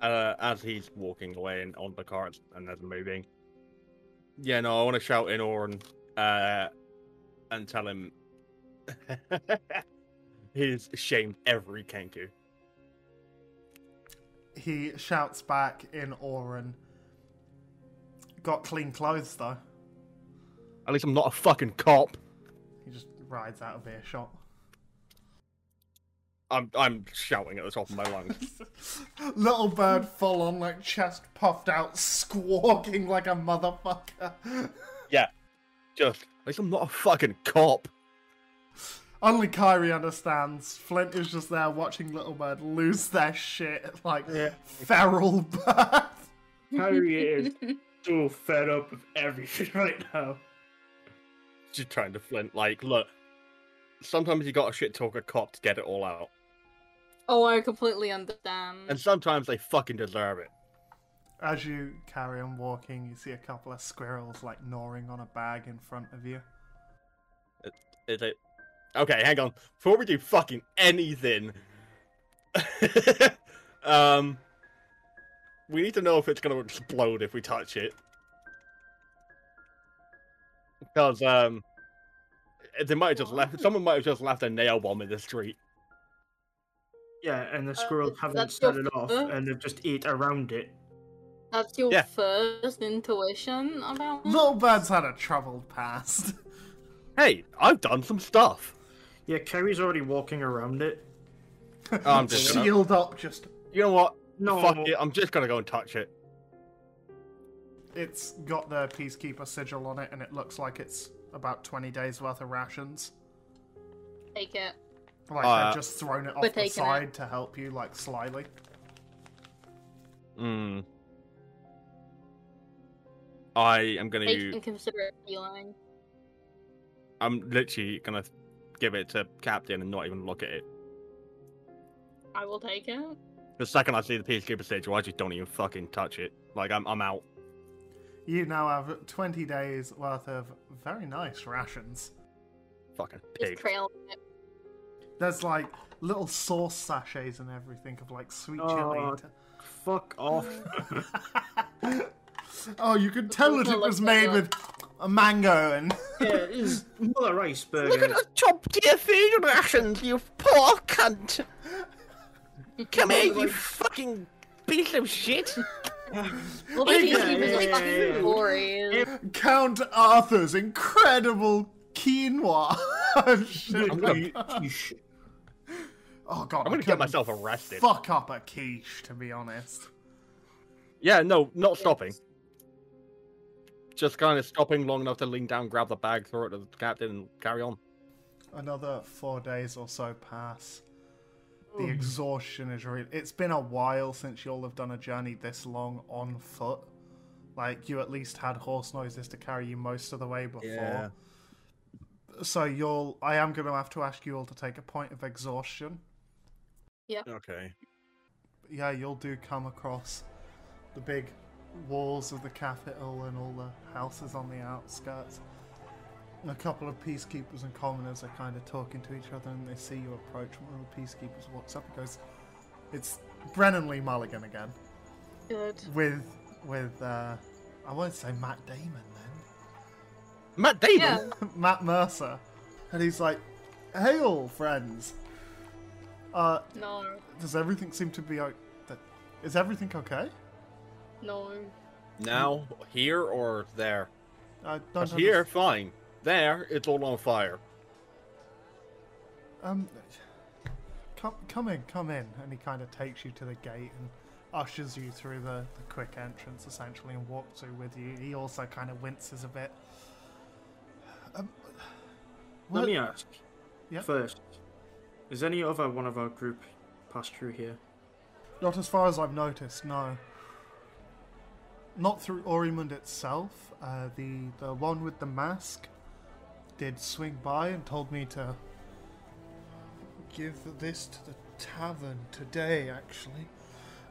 Uh, as he's walking away and on the carts and as moving. Yeah, no, I want to shout in Orin uh, and tell him he's shamed every Kenku.
He shouts back in Orin. Got clean clothes though.
At least I'm not a fucking cop.
He just rides out of earshot.
I'm I'm shouting at the top of my lungs.
Little bird full on, like chest puffed out, squawking like a motherfucker.
Just at least I'm not a fucking cop.
Only Kyrie understands. Flint is just there watching Little Bird lose their shit like
Yeah.
feral bird.
Kyrie is so fed up with everything right now.
Just trying to flint. Like, look, sometimes you gotta shit talk a cop to get it all out,
Oh, I completely understand.
and sometimes they fucking deserve it.
As you carry on walking, you see a couple of squirrels like gnawing on a bag in front of you.
Is it? Okay, hang on. Before we do fucking anything, um, we need to know if it's gonna explode if we touch it, because um, they might have just left. Someone might have just left a nail bomb in the street.
Yeah, and the squirrels
Uh, is
haven't
that
set
your
it off,
fur?
and they've just ate around it.
That's your
Yeah.
first intuition about it?
Little Bird's had a troubled past.
Hey, I've done some stuff.
Yeah, Kyrie's already walking around it.
I'm just gonna,
Shield up, just
you know what?
No,
Fuck it. I'm just gonna go and touch it.
It's got the Peacekeeper sigil on it, and it looks like it's about 20 days worth of rations.
Take it.
Like,
Uh,
they've just thrown it
We're
off the
taking
side to help you, like, slyly.
Mm. Hmm. I am gonna.
Take
u-
and consider it feline.
I'm literally gonna give it to Captain and not even look at it.
I will take it.
The second I see the peacekeeper sigil, I just don't even fucking touch it. Like I'm, I'm out.
You now have 20 days worth of very nice rations.
Fucking
Just
pig.
trail it.
There's like little sauce sachets and everything of like sweet chili.
Oh. Fuck off.
oh, you could tell that it was made with a mango and
yeah, it's not a rice burger.
Look at us top tier food rations, you poor cunt! Come here, you fucking piece of shit!
Well, the
Yeah,
peacekeeper's
yeah,
like
yeah,
fucking
yeah.
glorious.
Count Arthur's incredible quinoa.
I'm gonna,
oh god,
I'm gonna
I
get
couldn't
myself arrested.
Fuck up a quiche, to be honest.
yeah, no, not stopping. Just kind of stopping long enough to lean down, grab the bag, throw it to the captain, and carry on.
Another four days or so pass. The exhaustion is real. It's been a while since you'll have done a journey this long on foot. Like you at least had horse noises to carry you most of the way before.
Yeah.
So you'll. I am going to have to ask you all to take a point of exhaustion.
Okay.
yeah, you'll do come across the big walls of the capital and all the houses on the outskirts. And a couple of peacekeepers and commoners are kind of talking to each other and they see you approach. and One of the peacekeepers walks up and goes, It's Brennan Lee Mulligan again.
Good.
With, with, uh, I won't say Matt Damon then,
Matt Damon.
Yeah.
Matt Mercer. And he's like, Hey all friends! Uh,
No.
does everything seem to be o- that- Is everything okay?
No.
Now, here or there?
I don't
'Cause
understand.
here, fine. There, it's all on fire.
Um, come, come in, come in. And he kind of takes you to the gate and ushers you through the, the quick entrance, essentially, and walks through with you. He also kind of winces a bit. Um,
Let
what-
me ask.
Yeah?
First, is any other one of our group passed through here?
Not as far as I've noticed, no. Not through Orimund itself. Uh, the the one with the mask did swing by and told me to give this to the tavern today, actually.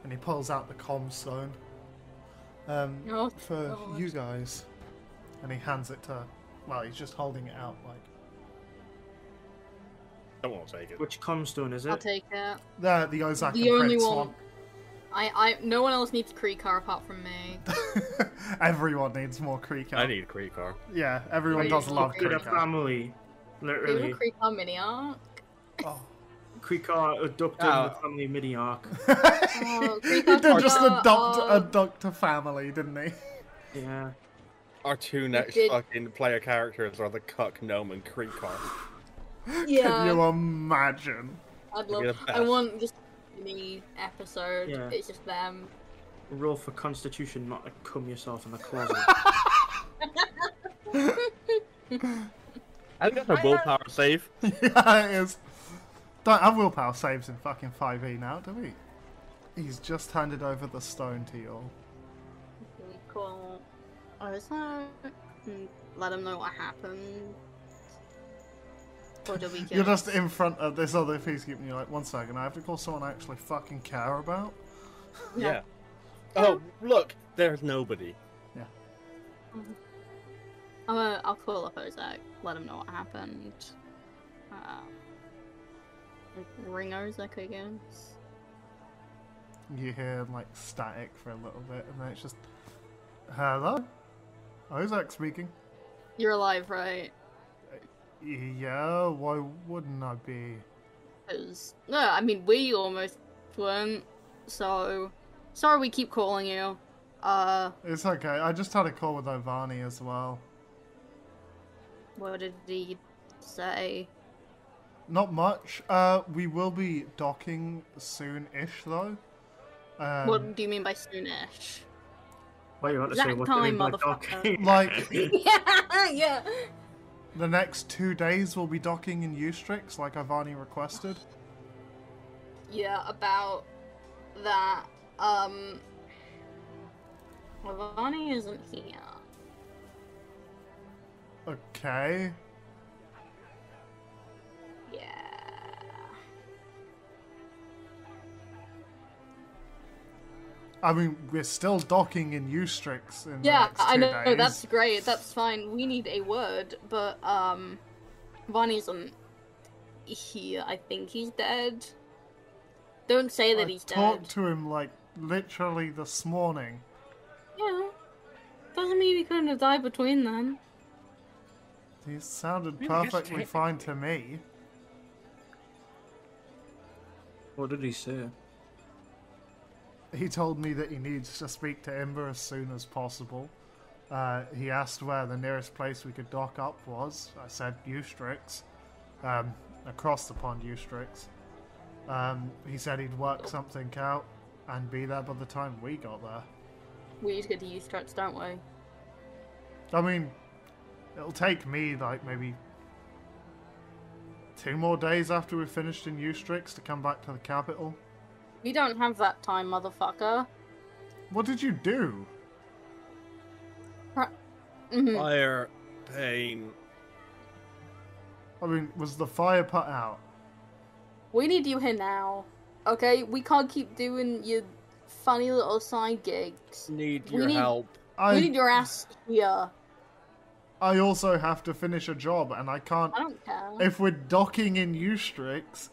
And he pulls out the comm stone um,
Oh,
for
God.
you guys, and he hands it to. Well, he's just holding it out like
Don't want to take it.
Which comstone is
I'll
it?
take it.
there. The Ozak
The
and
only
Prince
one. I, I, no one else needs Krikar apart from me.
one. Everyone needs more Krika.
I need a creek car.
Yeah, everyone
Right,
does
you
love
could
With a
Krika.
family.
Do you
Literally.
have a Krikar mini arc?
Oh.
Krikar adopted
Oh.
the family mini arc.
he
Oh, Greek
did just
Orthodox.
adopt
Oh.
adopt a family, didn't he?
Yeah.
Our two next
did-
fucking player characters are the cuck gnome and creek car.
Can
Yeah,
you imagine?
I'd
be
love.
the
I
best.
want just mini episode.
Yeah.
It's just them.
Roll for constitution, not to cum yourself in the closet.
I think that's a willpower save.
yeah, it is. Don't have willpower saves in fucking five e now, do we? He's just handed over the stone to you all.
We call Ozark and let them know what happened. Or do we get?
You're just in front of this other peacekeeper, and you're like, one second, I have to call someone I actually fucking care about.
Yeah. Oh, look, there's nobody.
I'm a, I'll call up Ozark. Let him know what happened. Uh, ring Ozark, I guess.
You hear like static for a little bit, and then it's just, hello, Ozak speaking.
You're alive, right?
Yeah, why wouldn't I be?
'Cause- no, I mean we almost weren't. So sorry we keep calling you. Uh,
It's okay. I just had a call with Ovani as well.
what did he say?
Not much. Uh, we will be docking soon-ish, though. Um,
what do you mean by soonish?
Why are you about to
That
say what
time,
they mean by
motherfucker.
docking?
Like
yeah, yeah.
the next two days, we'll be docking in Ustrix, like Ovani requested.
Yeah, about that. Um, Lavani isn't here.
Okay.
Yeah.
I mean, we're still docking in Ustrix in the
Yeah,
next two
I know
days.
that's great. That's fine. We need a word, but um, Von isn't here. I think he's dead. Don't say that
I
he's
talked
dead.
to him like literally this morning.
Yeah. Doesn't mean he couldn't have died between them.
He sounded
mean, I guess
perfectly fine to me.
What did he say?
He told me that he needs to speak to Ember as soon as possible. Uh, he asked where the nearest place we could dock up was. I said Ustrix, um, across the pond, Ustrix. Um, he said he'd work something out and be there by the time we got there.
We need to get to Ustrix, don't we?
I mean, it'll take me like maybe two more days after we've finished in Ustrix to come back to the capital.
We don't have that time, motherfucker.
What did you do?
Mhm.
Fire, pain.
I mean, was the fire put out?
We need you here now. Okay, we can't keep doing your funny little side gigs.
Need
We
your
need-
help.
I
We need your ass here.
I also have to finish a job, and I can't.
I don't care.
If we're docking in Ustrix,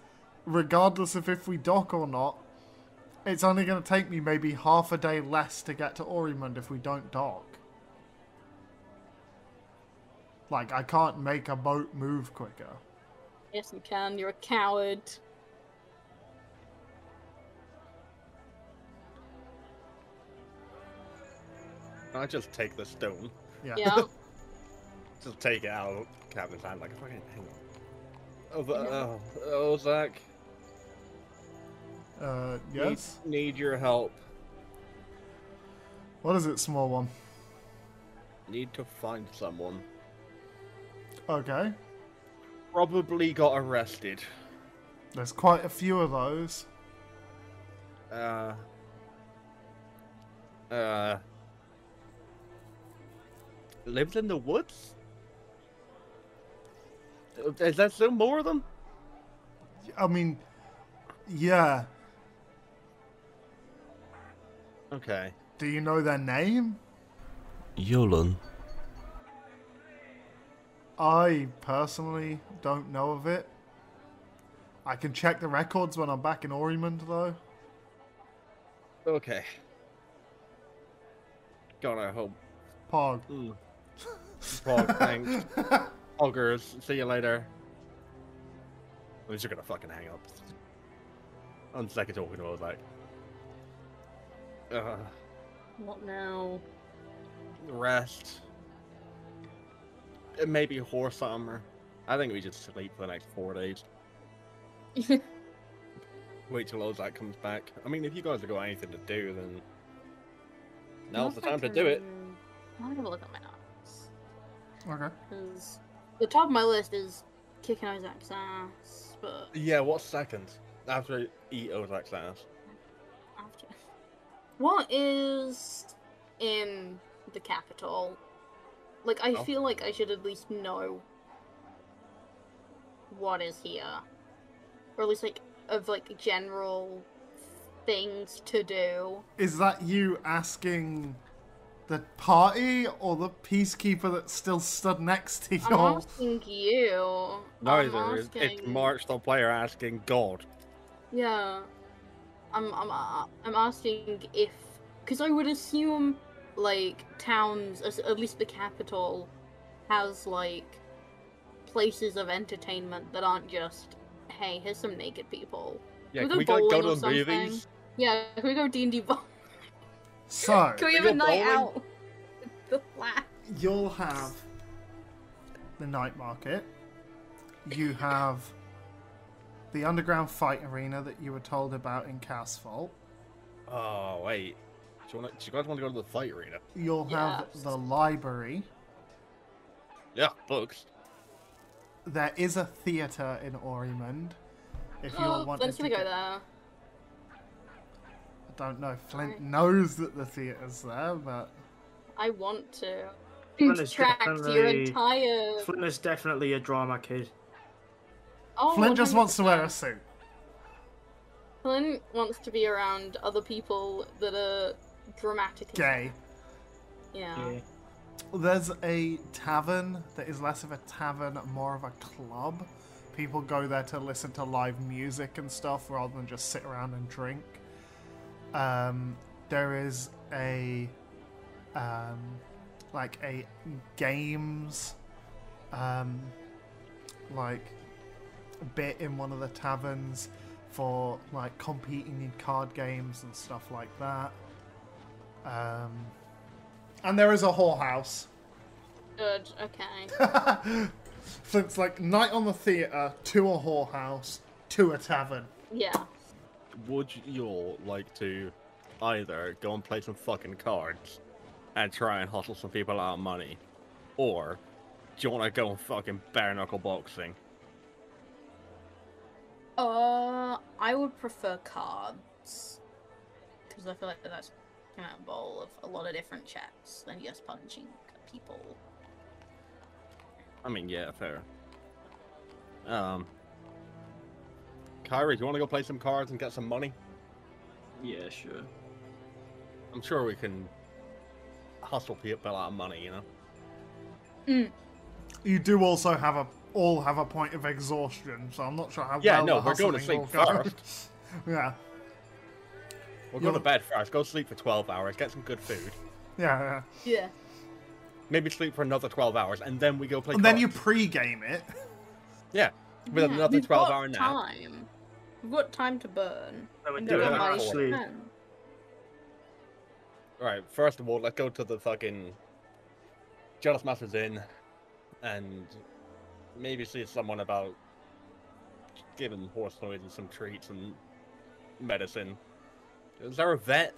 regardless of if we dock or not, it's only going to take me maybe half a day less to get to Orimund if we don't dock. Like, I can't make a boat move quicker.
Yes, you can. You're a coward.
I just take the stone.
Yeah.
Yeah.
Just take it out of Captain's hand like fucking hang on. Oh, but, oh, oh, Zach.
Uh,
need-
yes?
Need, your help.
What is it, small one?
Need to find someone.
Okay.
Probably got arrested.
There's quite a few of those.
Uh. Uh. Lives in the woods? Is there still more of them?
I mean, yeah.
Okay.
Do you know their name?
Yolan.
I personally don't know of it. I can check the records when I'm back in Orimund, though.
Okay. Gonna hope.
Pog.
Mm. Pog, thanks. Poggers, see you later. At least you're gonna fucking hang up. On second talking to her, I was like. Uh,
What now?
rest. It may be horse armor. I think we just sleep for the next four days. Wait till Ozak comes back. I mean, if you guys have got anything to do, then now's the time to do it.
I'm gonna have a look at my notes.
Okay.
'Cause the top of my list is kicking Isaac's ass, but
Yeah, what's second? After I eat Ozak's ass.
after. What is in the capital? Like, I
Oh.
feel like I should at least know what is here. Or at least, like, of, like, general things to do.
Is that you asking the party or the peacekeeper that's still stood next to you?
I'm asking you.
No,
I'm
there is- it's
asking-
March the player asking God.
Yeah, I'm I'm uh, I'm asking if because I would assume like towns, as- at least the capital, has like places of entertainment that aren't just hey, here's some naked people.
Yeah,
We
can we
go
go, go
bowling
to
or
the movies?
Yeah, can we go D and D? Can
So,
we have
go
a night
bowling?
out? the flat.
you'll have the night market. You have the underground fight arena that you were told about in Casfalt.
Oh wait, do you, wanna, do you guys want to go to the fight arena?
You'll have
Yes.
the library.
Yeah, books.
There is a theater in Orimund. If you all
Oh,
want
let's
to
gonna go
get-
there.
I don't know. Flint
Alright.
knows that the theatre's there, but
I want to.
Flynn is
Subtract your
definitely-
entire.
Flynn is definitely a drama kid.
Oh,
Flynn just wants to wear a
100%.
suit.
Flynn wants to be around other people that are dramatic. and-
Gay.
Yeah.
There's a tavern that is less of a tavern, more of a club. People go there to listen to live music and stuff rather than just sit around and drink. Um, there is a um, like a games um, like bit in one of the taverns for like competing in card games and stuff like that. Um, and there is a whorehouse.
Good. Okay.
so it's like night on the theatre, to a whorehouse, to a tavern.
Yeah.
Would you all like to either go and play some fucking cards and try and hustle some people out of money, or do you want to go and fucking bare knuckle boxing?
Uh, I would prefer cards because I feel like that's an bowl of a lot of different chats than just punching people.
I mean, yeah, fair. Um, Kyrie, do you want to go play some cards and get some money?
Yeah, sure.
I'm sure we can hustle people out of money, you know.
You do also have a all have a point of exhaustion, so I'm not sure how.
Yeah,
well
no,
the
we're going to
hustling
sleep
will go.
first.
yeah,
We'll go
Yeah.
to bed first. Go sleep for 12 hours. Get some good food.
yeah, yeah.
Yeah.
Maybe sleep for another 12 hours, and then we go play.
And then you
cards.
pre-game it.
yeah, with
Yeah,
another
we've
12
got
hour nap.
Time. We've got time to burn.
I would
And
do
we've
it
got money to
actually.
spend.
Right. First of all, let's go to the fucking jealous master's inn, and maybe see someone about giving horse noises some treats and medicine. Is there a vet?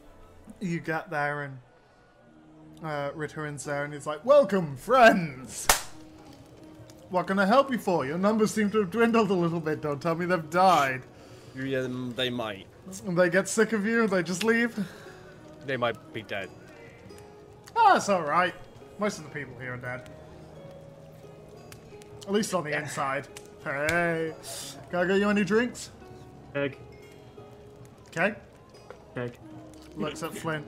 You get there and uh, Ritteran's there, and he's like, "Welcome, friends. What can I help you for? Your numbers seem to have dwindled a little bit. Don't tell me they've died.
Yeah, they might.
And they get sick of you, and they just leave."
They might be dead.
Oh, it's all right. Most of the people here are dead. At least on the inside. Hey, can I get you any drinks?
Keg.
Keg
Keg.
looks at Flint.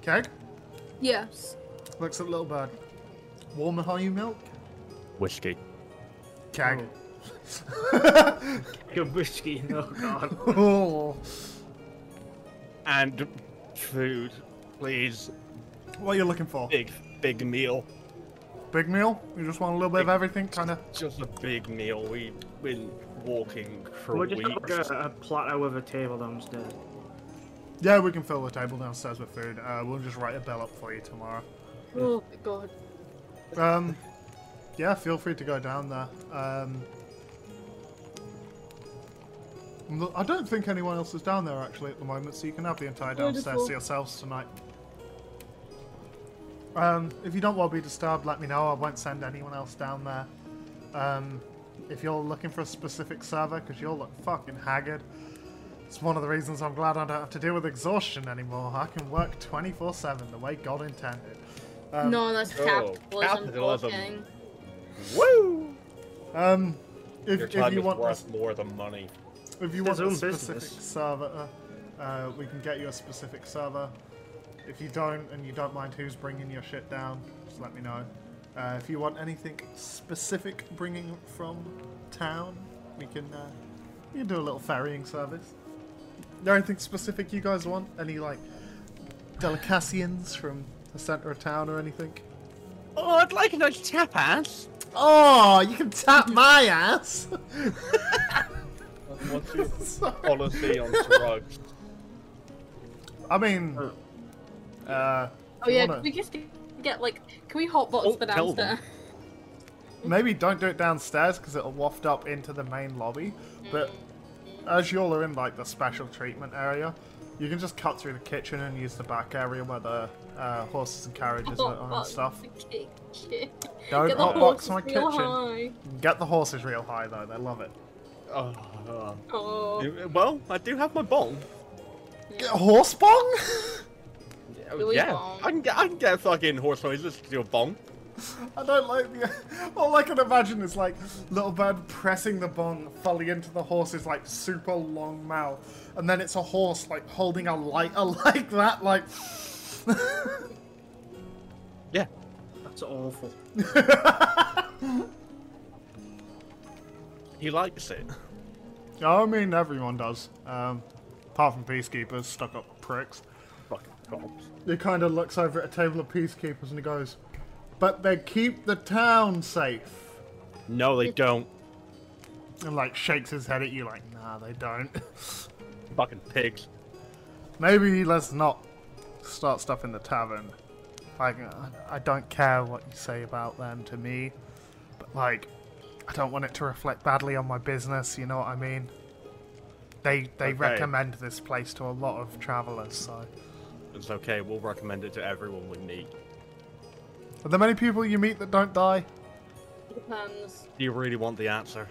Keg
Yes.
looks at Little Bird. Warm and you milk.
Whiskey.
Keg.
Good whiskey. Oh god.
Oh.
And food, please.
What are you looking for?
Big, big meal.
Big meal? You just want a little bit of
Big.
everything, kind of.
Just a big meal. We've been walking for
We're just
weeks.
like a, a platter with a table downstairs.
Yeah, we can fill the table downstairs with food. Uh, we'll just write a bill up for you tomorrow.
Oh my god.
Um, yeah, feel free to go down there. Um, no- I don't think anyone else is down there actually at the moment, so you can have the entire downstairs to
Wonderful.
yourselves tonight. Um, if you don't want to be disturbed, let me know. I won't send anyone else down there. Um, if you're looking for a specific server, because you'll look fucking haggard. It's one of the reasons I'm glad I don't have to deal with exhaustion anymore. I can work 24 7 the way God intended. Um,
no, that's
oh,
capitalism.
capitalism.
fucking.
Woo!
Um, if,
Your
if
time
you
is
want
worth more than money.
If you
It's
want
his
a
own
specific
business.
server, uh, we can get you a specific server. If you don't, and you don't mind who's bringing your shit down, just let me know. Uh, if you want anything specific bringing from town, we can uh, we can do a little ferrying service. There anything specific you guys want? Any like delicacies from the center of town or anything?
Oh, I'd like a nice tapas.
Oh, you can tap my ass.
What's your policy on drugs?
I mean, uh,
Oh
if you
yeah,
wanna-
can we just get like, can we hotbox
Oh,
the
tell them.
downstairs?
Maybe don't do it downstairs because it'll waft up into the main lobby. But as you all are in like the special treatment area, you can just cut through the kitchen and use the back area where the uh, horses and carriages
Oh,
are are and
Hotbox
stuff.
the kitchen.
Don't
Get the
hotbox
horses
my
real
kitchen.
high.
Get the horses real high though; they love it.
Oh,
Oh,
uh, well, I do have my bong.
Get a horse bong?
Yeah,
Do we
yeah.
bong?
I can get I can get fucking horse noises to do a bong.
I don't like the. All I can imagine is like little bird pressing the bong fully into the horse's like super long mouth, and then it's a horse like holding a lighter like that, like.
Yeah.
That's awful.
He likes it.
I mean, everyone does, um, apart from peacekeepers, stuck-up pricks.
Fucking cops.
He kind of looks over at a table of peacekeepers and he goes, "But they keep the town safe."
No, they don't.
And like shakes his head at you, like, "Nah, they don't."
Fucking pigs.
Maybe let's not start stuff in the tavern. Like, I- I don't care what you say about them to me, but like, I don't want it to reflect badly on my business. You know what I mean? They they
Okay.
recommend this place to a lot of travelers. So,
It's okay. We'll recommend it to everyone we meet.
are there many people you meet that don't die?
Depends.
Do you really want the answer?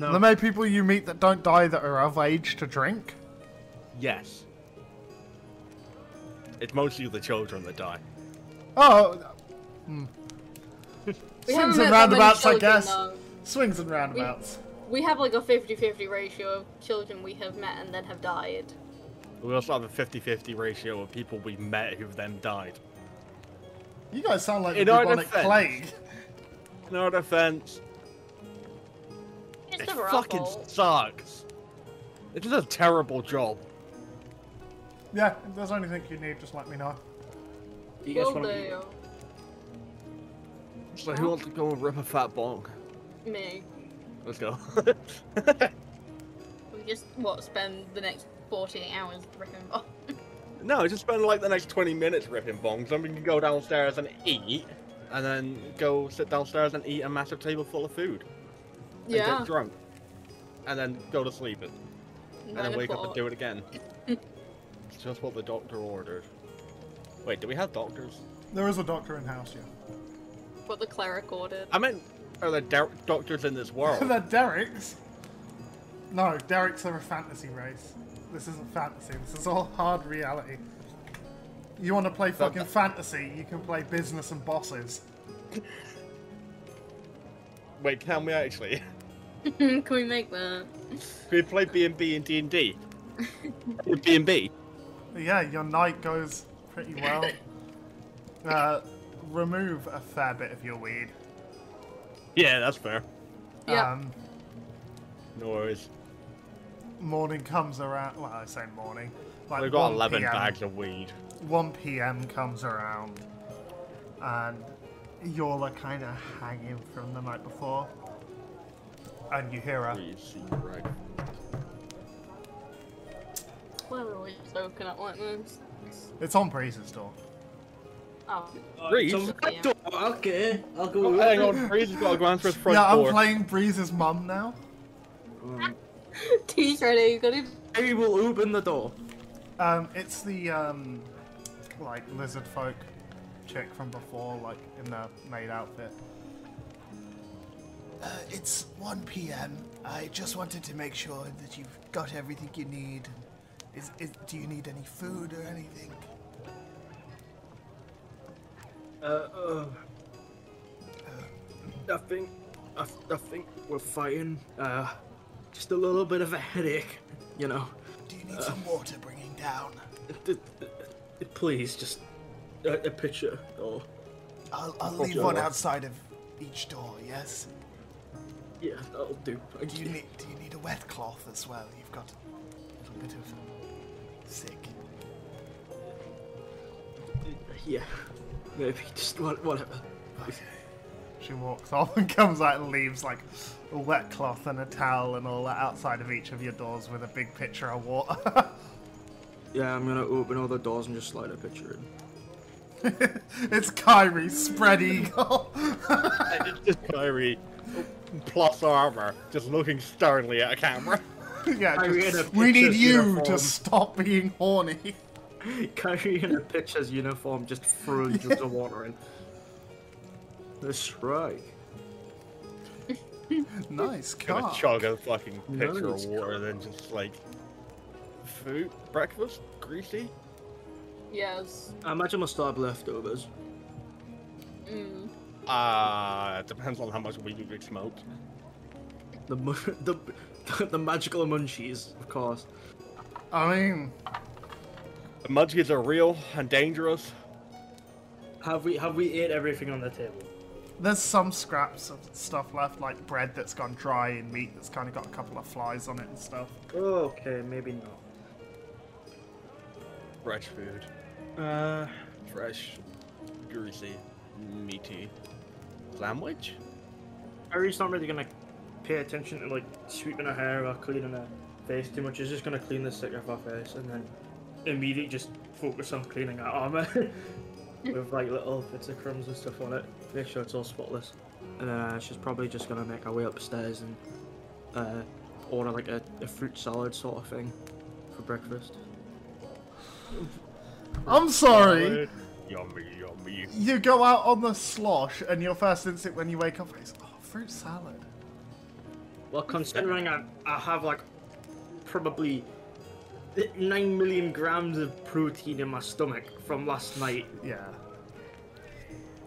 Are there many people you meet that don't die that are of age to drink?
Yes. It's mostly the children that die.
Oh,
We
Swings and
haven't met that many
roundabouts, I
children,
guess.
though.
swings and roundabouts.
We have like a 50 50 ratio of children we have met and then have died.
We also have a 50 50 ratio of people we met who then died.
You guys sound like the
In our
bubonic
defense-
plague.
No defense.
It's
It
never our
fucking
fault.
sucks. It does a terrible job.
Yeah, if there's anything you need, just let me know.
Do you guys
Will
want
do.
So who wants to go and rip a fat bong?
Me.
Let's go.
We just, what, spend the next 48 hours ripping off.
no, just spend like the next 20 minutes ripping bongs, then we can go downstairs and eat, and then go sit downstairs and eat a massive table full of food. And
Yeah.
get drunk. And then go to sleep, and then wake up and do it again. it's just what the doctor ordered. Wait, do we have doctors?
There is a doctor in house, yeah.
What the cleric ordered.
I meant, are there der- doctors in this world?
They're Derek's. No, Derek's are a fantasy race. This isn't fantasy. This is all hard reality. You want to play fucking fantasy? You can play business and bosses.
Wait, can we actually?
Can we make that?
Can we play B&B and D&D? B&B?
Yeah, your night goes pretty well. uh, remove a fair bit of your weed.
Yeah, that's fair.
Yeah.
Um,
No worries.
morning comes around. Well, I say morning. Like
We've got
1
11
PM.
bags of weed.
1 p.m. comes around, and y'all are kind of hanging from the night before, and you hear her.
Uh,
Why are we just open up like this?
It's on Breeze's door.
Oh.
Reese?
Yeah.
Okay, I'll go.
Oh, hang on, Reese has got a grand for his front
yeah,
door.
I'm playing Breeze's mum now.
Tea's ready, you got it.
I will open the door.
Um, it's the um, like lizard folk chick from before, like in the maid outfit.
Uh, it's 1 p.m. I just wanted to make sure that you've got everything you need. Is, is, do you need any food or anything?
Uh, uh, I think, I, I think we're fighting. Uh, just a little bit of a headache, you know.
Do you need some water bringing down?
D- d- d- Please, just a, a picture or
I'll, I'll leave
sure.
one outside of each door, yes?
yeah, that'll do.
Do you, need, do you need a wet cloth as well? You've got a little bit of sick.
Yeah, maybe just what, whatever.
She walks off and comes out and leaves like a wet cloth and a towel and all that outside of each of your doors with a big pitcher of water.
Yeah, I'm gonna open all the doors and just slide a picture in.
it's Kyrie, spread eagle.
It's just Kyrie, plus armor, just looking sternly at a camera.
yeah,
Kyrie
just-
in a
we need
picture's
you to
uniform.
stop being horny.
Kyrie in a pitcher's uniform just threw jugs of water in. That's right.
Nice
Gonna
car.
chug a fucking pitcher
Nice.
of water, then just like food, breakfast, greasy.
Yes.
I imagine we'll still have leftovers.
Mm.
Uh, depends on how much weed you've smoked.
The mu- the the magical munchies, of course.
I mean,
The munchies are real and dangerous.
Have we have we ate everything on the table?
there's some scraps of stuff left, like bread that's gone dry and meat that's kind of got a couple of flies on it and stuff.
Okay, maybe not.
Fresh food. Uh, fresh, greasy, meaty sandwich.
Harry's not really gonna pay attention to like sweeping her hair or cleaning her face too much. He's just gonna clean the stick off her face and then immediately just focus on cleaning her armor with like little bits of crumbs and stuff on it. Make sure it's all spotless. And uh, she's probably just gonna make her way upstairs and uh, order like a, a fruit salad sort of thing for breakfast.
I'm sorry.
Salad.
Yummy, yummy.
You go out on the slosh, and your first instinct when you wake up is, oh, fruit salad.
Well, considering I, I have like probably nine million grams of protein in my stomach from last night,
Yeah.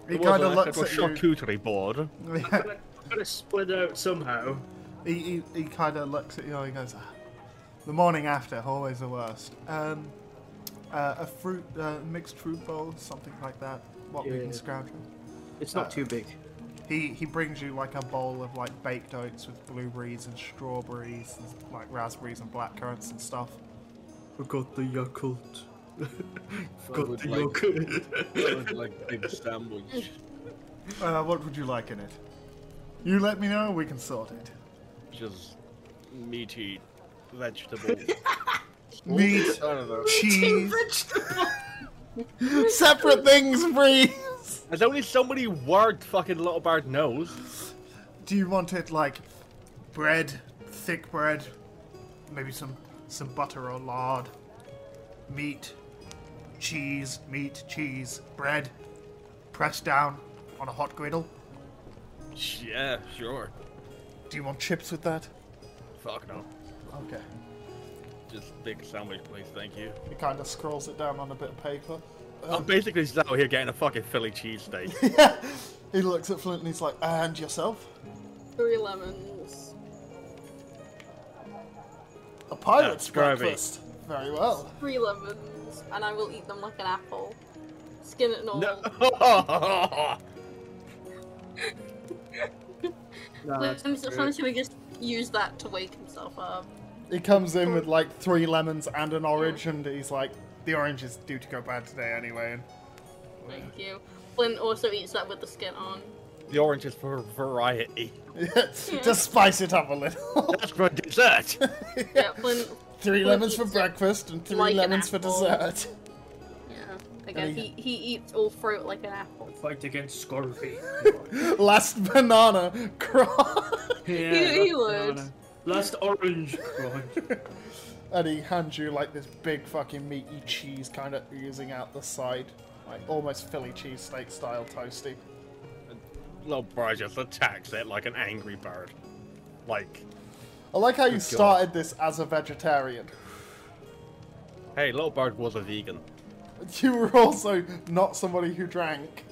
It
He
was
kind
a
of looks
little
at you.
charcuterie board.
Yeah.
I'm gonna, I'm gonna split it out somehow.
He, he, he kind of looks at you and he goes, ah, "The morning after, always the worst. Um, uh, a fruit, uh, mixed fruit bowl, something like that. What we
Yeah.
can scrounge." up."
It's not too big.
He he brings you like a bowl of like baked oats with blueberries and strawberries and like raspberries and blackcurrants and stuff.
Forgot the Yakult.
I would
Forgot the
like-
Yakult.
like big sandwich.
Uh, what would you like in it? You let me know. We can sort it.
Just meaty vegetables.
Meat,
I don't know.
cheese, separate things, please.
There's only so many word fucking little bird knows.
Do you want it like bread, thick bread, maybe some some butter or lard, meat, cheese, meat, cheese, bread, pressed down on a hot griddle?
Yeah, sure.
Do you want chips with that?
Fuck no.
Okay.
Just big sandwich, please. Thank you.
He kind of scrolls it down on a bit of paper. Uh.
I'm basically just out here getting a fucking Philly cheesesteak.
He looks at Flint and he's like, "And yourself?
Three lemons.
A pirate's
gravy.
breakfast. Very well."
Three lemons. And I will eat them like an apple. Skin it and all.
no.
Nah,
Wait, I'm so funny should we just use that to wake himself up?
He comes in with like three lemons and an orange, and he's like, "The orange is due to go bad today anyway." And
Thank you. Flynn also eats that with the skin on.
the orange is for variety.
Just spice it up a little.
That's for dessert.
Yeah, Flynn.
three
Flynn
lemons for
eats it
breakfast and three
like an
lemons for
apple.
dessert.
Yeah. Again, he, he eats all fruit like an apple.
Fight against Scorpy.
Last banana crunch.
yeah,
He- he
that's
would.
banana. Last orange crunch.
and he hands you like this big fucking meaty cheese kind of oozing out the side. Like almost Philly cheesesteak style toasty.
Little bird just attacks it like an angry bird. Like,
I like how you started this as a vegetarian.
hey, little bird was a vegan.
You were also not somebody who drank.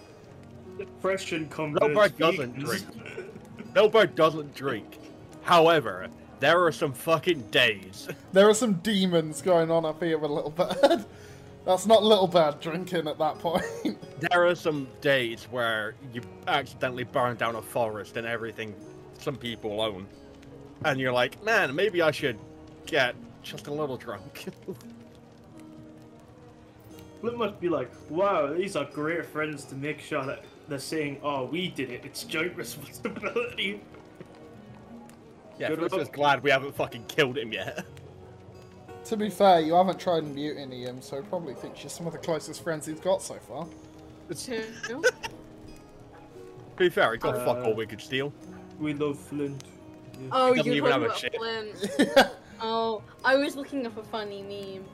Fresh and convinced.
Little bird doesn't
vegans.
drink. Little bird doesn't drink. However, there are some fucking days.
There are some demons going on up here with Little Bird. That's not Little Bird drinking at that point.
There are some days where you accidentally burn down a forest and everything some people own. And you're like, man, maybe I should get just a little drunk.
Flint must be like, wow, these are great friends to make sure that they're saying, oh, we did it. It's joint responsibility.
yeah,
Good
I'm
luck.
just glad we haven't fucking killed him yet.
To be fair, you haven't tried mutiny him, so he probably thinks you're some of the closest friends he's got so far.
Two.
To be fair, he got fuck
Uh,
all we could steal.
We love Flint.
Oh,
Doesn't
you're
even have
talking
a
about
chip.
Flynn. Oh, I was looking up a funny meme.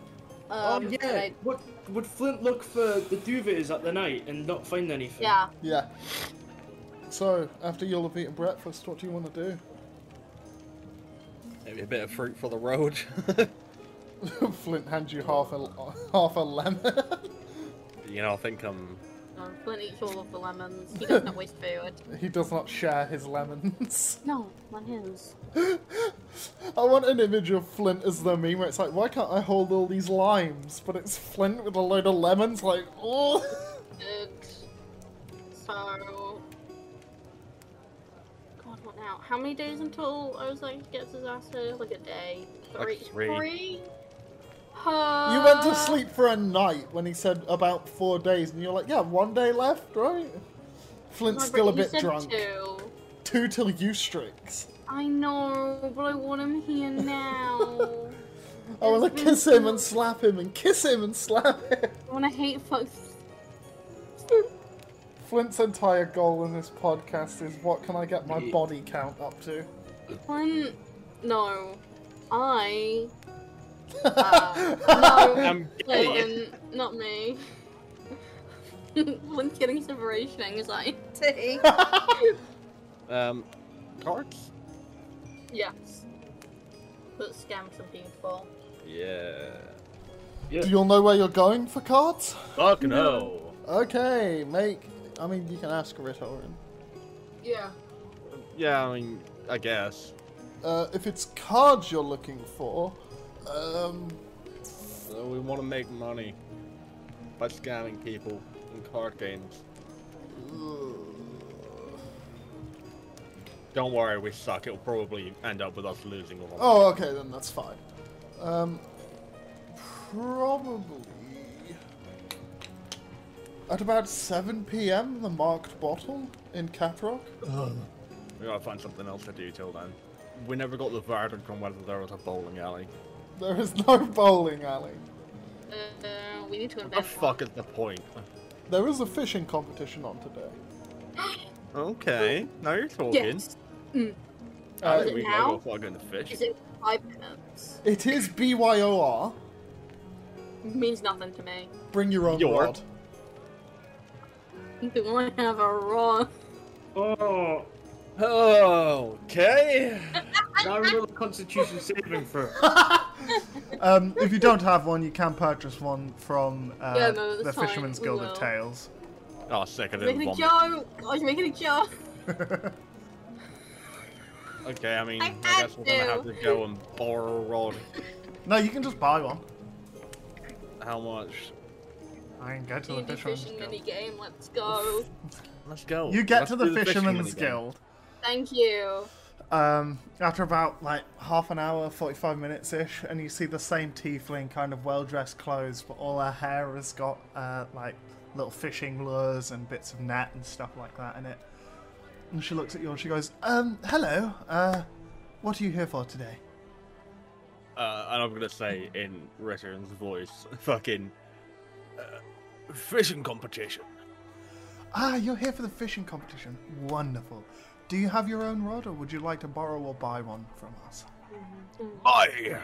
Oh
Um,
yeah.
and I-
What would Flint look for the duvets at the night and not find anything?
yeah.
yeah. So, after you'll have eaten breakfast, what do you want to
Maybe a bit of fruit for the road.
do? Flint hands you half a half a lemon.
you know, I think um, I'm
No, No, Flint eats all of the lemons. He does not waste food.
He does not share his lemons.
No, on his.
I want an image of Flint as the meme where it's like, why can't I hold all these limes? But it's Flint with a load of lemons, like, oh.
And so, God, what now? How many days until Ozai gets his ass here? Like a day, three,
Like three.
You went to
Ah.
sleep for a night when he said about four days, and you're like, yeah, one day left, right? Flint's still a bit drunk.
Two.
Two till you strikes.
I know, but I want him here now.
I want
It's
to
been
kiss him
so-
and slap him and kiss him and slap him.
I want to hate fuck.
Flint's entire goal in this podcast is what can I get my
Ye-
body count up to?
Flint. No, I. Uh, no.
I'm gay.
Clayton, um, not me. Lynn's getting separation anxiety.
Um, cards?
Yes. But scam some people.
Yeah.
Do you all know where you're going for cards?
Fuck no.
Okay, make. I mean, you can ask Ritorin.
Yeah.
Yeah, I mean, I guess.
Uh, if it's cards you're looking for, um,
So we want to make money by scamming people in card games. Don't worry, we suck. It'll probably end up with us losing all. of it.
Oh, okay, then that's fine. Um, probably at about 7 p.m. the marked bottle in Caprock.
We gotta find something else to do till then. We never got the verdict on whether there was a bowling alley.
There is no bowling alley.
Uh, we need to
What the
invent
fuck is the point?
There is a fishing competition on today.
Okay, now you're
one.
talking.
Yes. Mm.
I
Uh,
think
it
we
now?
gotta go fucking the fish.
Is it five minutes?
it is BYOR.
Means nothing to me.
Bring your own
Your-
rod.
Do I have a raw?
Oh,
Okay.
now roll a Constitution saving throw.
Um, if you don't have one, you can purchase one from uh,
Yeah, no,
the
that's fine,
Fisherman's
we
Guild
will.
of Tales.
Oh, sick! I didn't
Making a
want.
joke. I was making a joke.
Okay, I mean,
I
I,
had
guess we're gonna have
to.
to go and borrow a rod.
No, you can just buy one.
How much?
I can go to the
D&D
Fisherman's
fishing mini
Guild.
game. Let's go.
Let's go.
You get
Let's
to
do
the,
fishing
Fisherman's
again.
Guild.
Thank you.
um, after about like half an hour, 45 minutes ish, and you see the same tiefling, kind of well dressed clothes, but all her hair has got uh, like little fishing lures and bits of net and stuff like that in it. And she looks at you and she goes, um, hello, uh, what are you here for today?
Uh, and I'm gonna say in Rittern's voice, fucking uh, fishing competition.
Ah, you're here for the fishing competition. Wonderful. Do you have your own rod, or would you like to borrow or buy one from us?
Bye.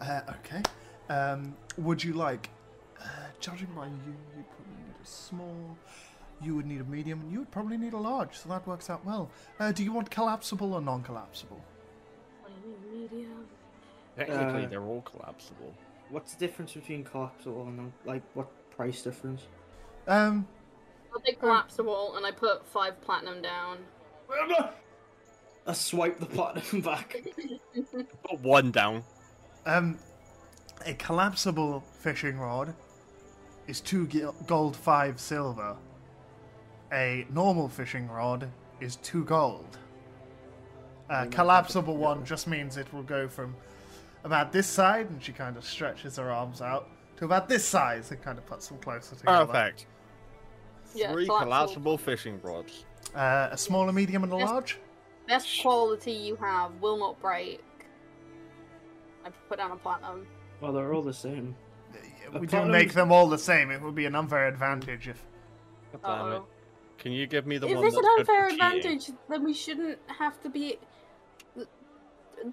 Uh, okay. Um, would you like, uh, judging by you, you probably need a small, you would need a medium, and you would probably need a large, so that works out well. Uh, do you want collapsible or non collapsible?
Technically,
Uh,
they're all collapsible.
What's the difference between collapsible and non- like what price difference?
Um,
I'll take collapsible and I put five platinum down.
I swipe the platinum back.
Got one down.
um, a collapsible fishing rod is two gil- gold, five silver. A normal fishing rod is two gold. A collapsible one just means it will go from about this side, and she kind of stretches her arms out, to about this size and kind of puts them closer together.
Perfect.
Yeah,
Three
collapsible.
collapsible fishing rods.
Uh, a small, a medium, and a
Yes.
large.
Best quality you have will not break. I put down a platinum.
Well, they're all the same.
We do
platinum-
make them all the same. It would be an unfair advantage if.
Damn it.
Uh-oh.
Can you give me the
If
one
it's
that's
an
good for
unfair
cheating?
advantage, then we shouldn't have to be. The-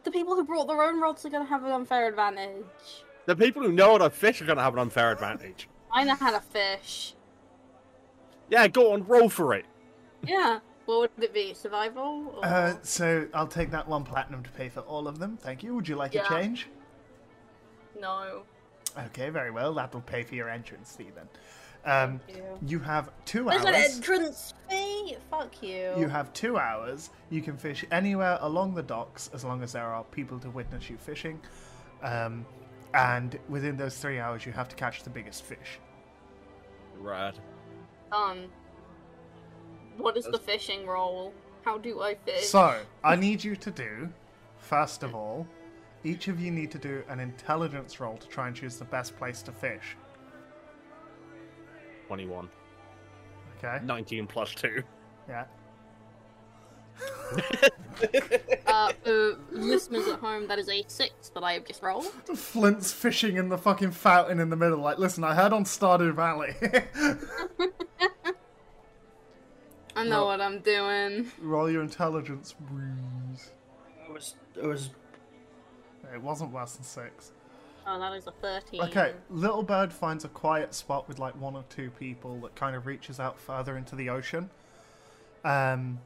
The people who brought their own rods are going to have an unfair advantage.
The people who know how to fish are gonna have an unfair advantage.
I know how to fish.
Yeah, go on, roll for it.
Yeah. What would it be? Survival? Or...
Uh, so I'll take that one platinum to pay for all of them. Thank you. Would you like
Yeah.
a change?
no.
Okay, very well. That'll pay for your entrance fee then. Um, you have two
There's an
hours.
entrance fee. Fuck you.
You have two hours. You can fish anywhere along the docks as long as there are people to witness you fishing. Um, and within those three hours, you have to catch the biggest fish.
Rad.
Um, what is the fishing roll? How do I fish?
So, I need you to do, first of all, each of you need to do an intelligence roll to try and choose the best place to fish.
21.
Okay?
19 plus 2.
Yeah.
uh, for listeners at home, that is a six that I have just rolled.
Flint's fishing in the fucking fountain in the middle. Like, listen, I heard on Stardew Valley.
I
Well-
know what I'm doing.
Roll your intelligence, breeze.
I was, I was.
It wasn't worse than six.
Oh, that is a thirteen.
Okay, Little Bird finds a quiet spot with like one or two people that kind of reaches out further into the ocean. Um,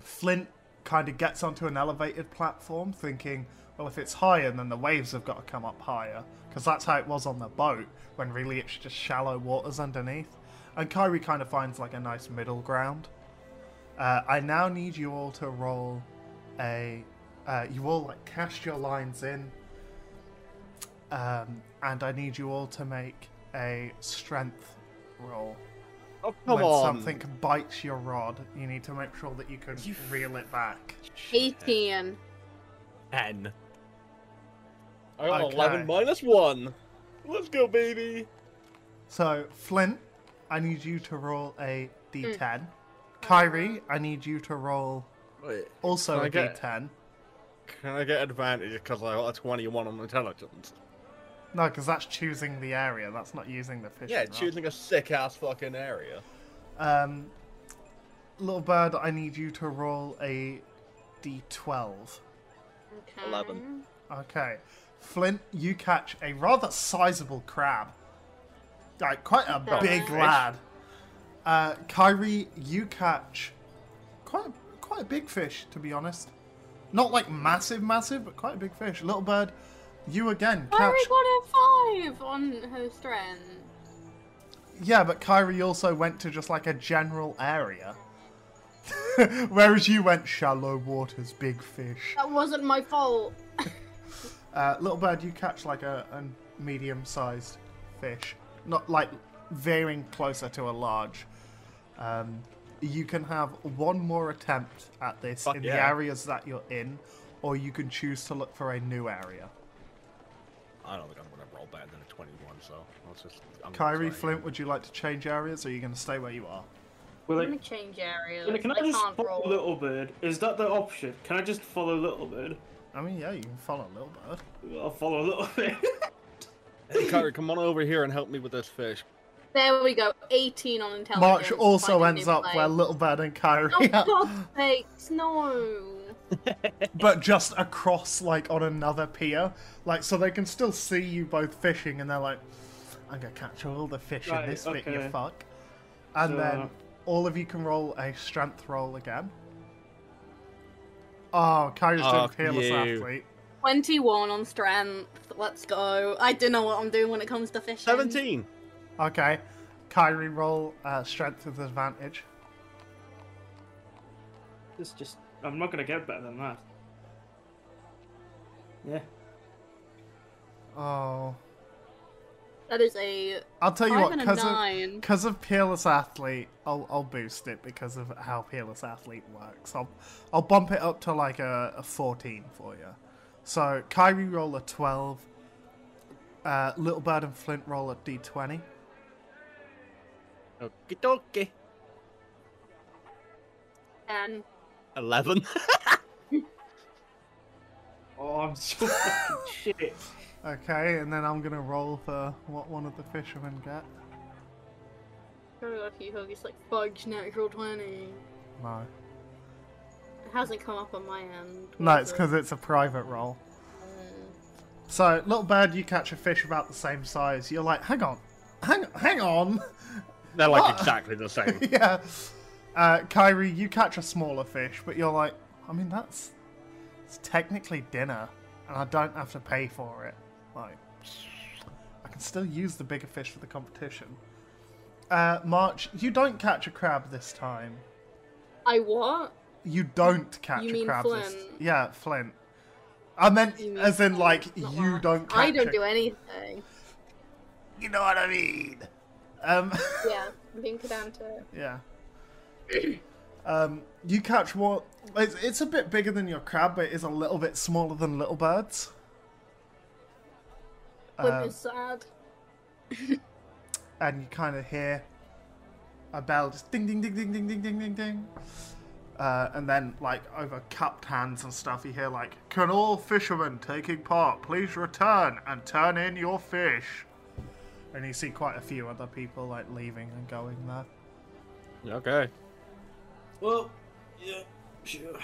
Flint kind of gets onto an elevated platform, thinking, well, if it's higher, then the waves have got to come up higher, because that's how it was on the boat, when really it's just shallow waters underneath. And Kyrie kind of finds like a nice middle ground. Uh, I now need you all to roll a. Uh, you all like cast your lines in um, and I need you all to make a strength roll.
Oh, come
when
on.
something bites your rod, you need to make sure that you can reel it back.
Eighteen.
10. I got
Okay.
11 Oh, minus 1. Let's go, baby.
So, Flint, I need you to roll a d10. Kyrie, I need you to roll
Wait,
also
Can I
a
get-
d10.
can I get advantage because I got a 21 on intelligence?
No, because that's choosing the area. That's not using the fish.
Yeah, choosing a sick ass fucking area.
Um, little bird, I need you to roll a d12.
Okay.
11.
Okay. Flint, you catch a rather sizable crab. Like, quite a
Not
big
fish.
lad. Uh, Kyrie, you catch quite a, quite a big fish, to be honest. Not like massive, massive, but quite a big fish. Little bird, you again catch.
Mary got a five on her strength.
Yeah, but Kyrie also went to just like a general area. Whereas you went shallow waters, big fish.
That wasn't my fault.
Uh, little bird, you catch like a, a medium-sized fish, not like veering closer to a large. Um, you can have one more attempt at this
Fuck
in the
yeah.
areas that you're in, or you can choose to look for a new area.
I don't think I'm gonna roll better than a 21, so let's just. I'm gonna
Kyrie,
try.
Flint, would you like to change areas, or are you going to stay where you are?
Well,
Let me
like,
change areas.
can I
I
just
can't
follow
roll.
Little Bird? Is that the option? Can I just follow Little Bird?
I mean, yeah, you can follow Little Bird.
I'll follow Little Bird.
Hey, Kyrie, come on over here and help me with this fish.
There we go. Eighteen on intelligence.
March also
Find a
ends
new
up
place.
where Little Bird and Kyrie
Oh,
are,
God's sakes, no.
but just across, like on another pier, like so they can still see you both fishing, and they're like, "I'm gonna catch all the fish
Right,
in this bit, you
okay.
fuck." And then
So- uh,
all of you can roll a strength roll again. Oh, Kyrie's doing
Fuck
fearless
you.
athlete.
21 on strength. Let's go. I don't know what I'm doing when it comes to fishing.
17!
Okay, Kyrie roll uh, strength with advantage.
It's just, I'm not gonna get better than that. Yeah.
Oh,
That is a
I'll tell you
Five
what,
and a
because of
nine.
because of peerless athlete, I'll I'll boost it because of how peerless athlete works. I'll I'll bump it up to like a, a fourteen for you. So Kyrie roll a twelve. Uh, Little Bird and Flint roll a d twenty.
Okie dokie.
10.
11.
Oh, I'm so fucking shit.
Okay, and then I'm gonna roll for what one of the fishermen get.
Very lucky hug. It's like fudge natural 20.
No,
It hasn't come up on my end.
no,
has
it's
it?
because it's a private roll.
Mm.
So, little bird, you catch a fish about the same size. You're like, hang on, hang, hang on.
They're like
What?
exactly the same.
yeah. Uh, Kyrie, you catch a smaller fish, but you're like, I mean, that's it's technically dinner, and I don't have to pay for it. Like, I can still use the bigger fish for the competition. Uh, March, you don't catch a crab this time.
I what?
You don't catch
You
a
mean
crab this
Flint?
Yeah, Flint. I meant
You mean
as in like
Not
you
March.
don't catch
I don't
a-
do anything.
You know what I mean? Um
Yeah, I'm being pedantic.
Yeah. um, you catch what? It's, it's a bit bigger than your crab, but it is a little bit smaller than little birds.
Flip
Um,
is sad.
and you kind of hear a bell just ding ding ding ding ding ding ding ding ding. Uh, and then, like over cupped hands and stuff, you hear like, "Can all fishermen taking part please return and turn in your fish?" And you see quite a few other people like leaving and going there.
Okay.
Well, yeah, sure.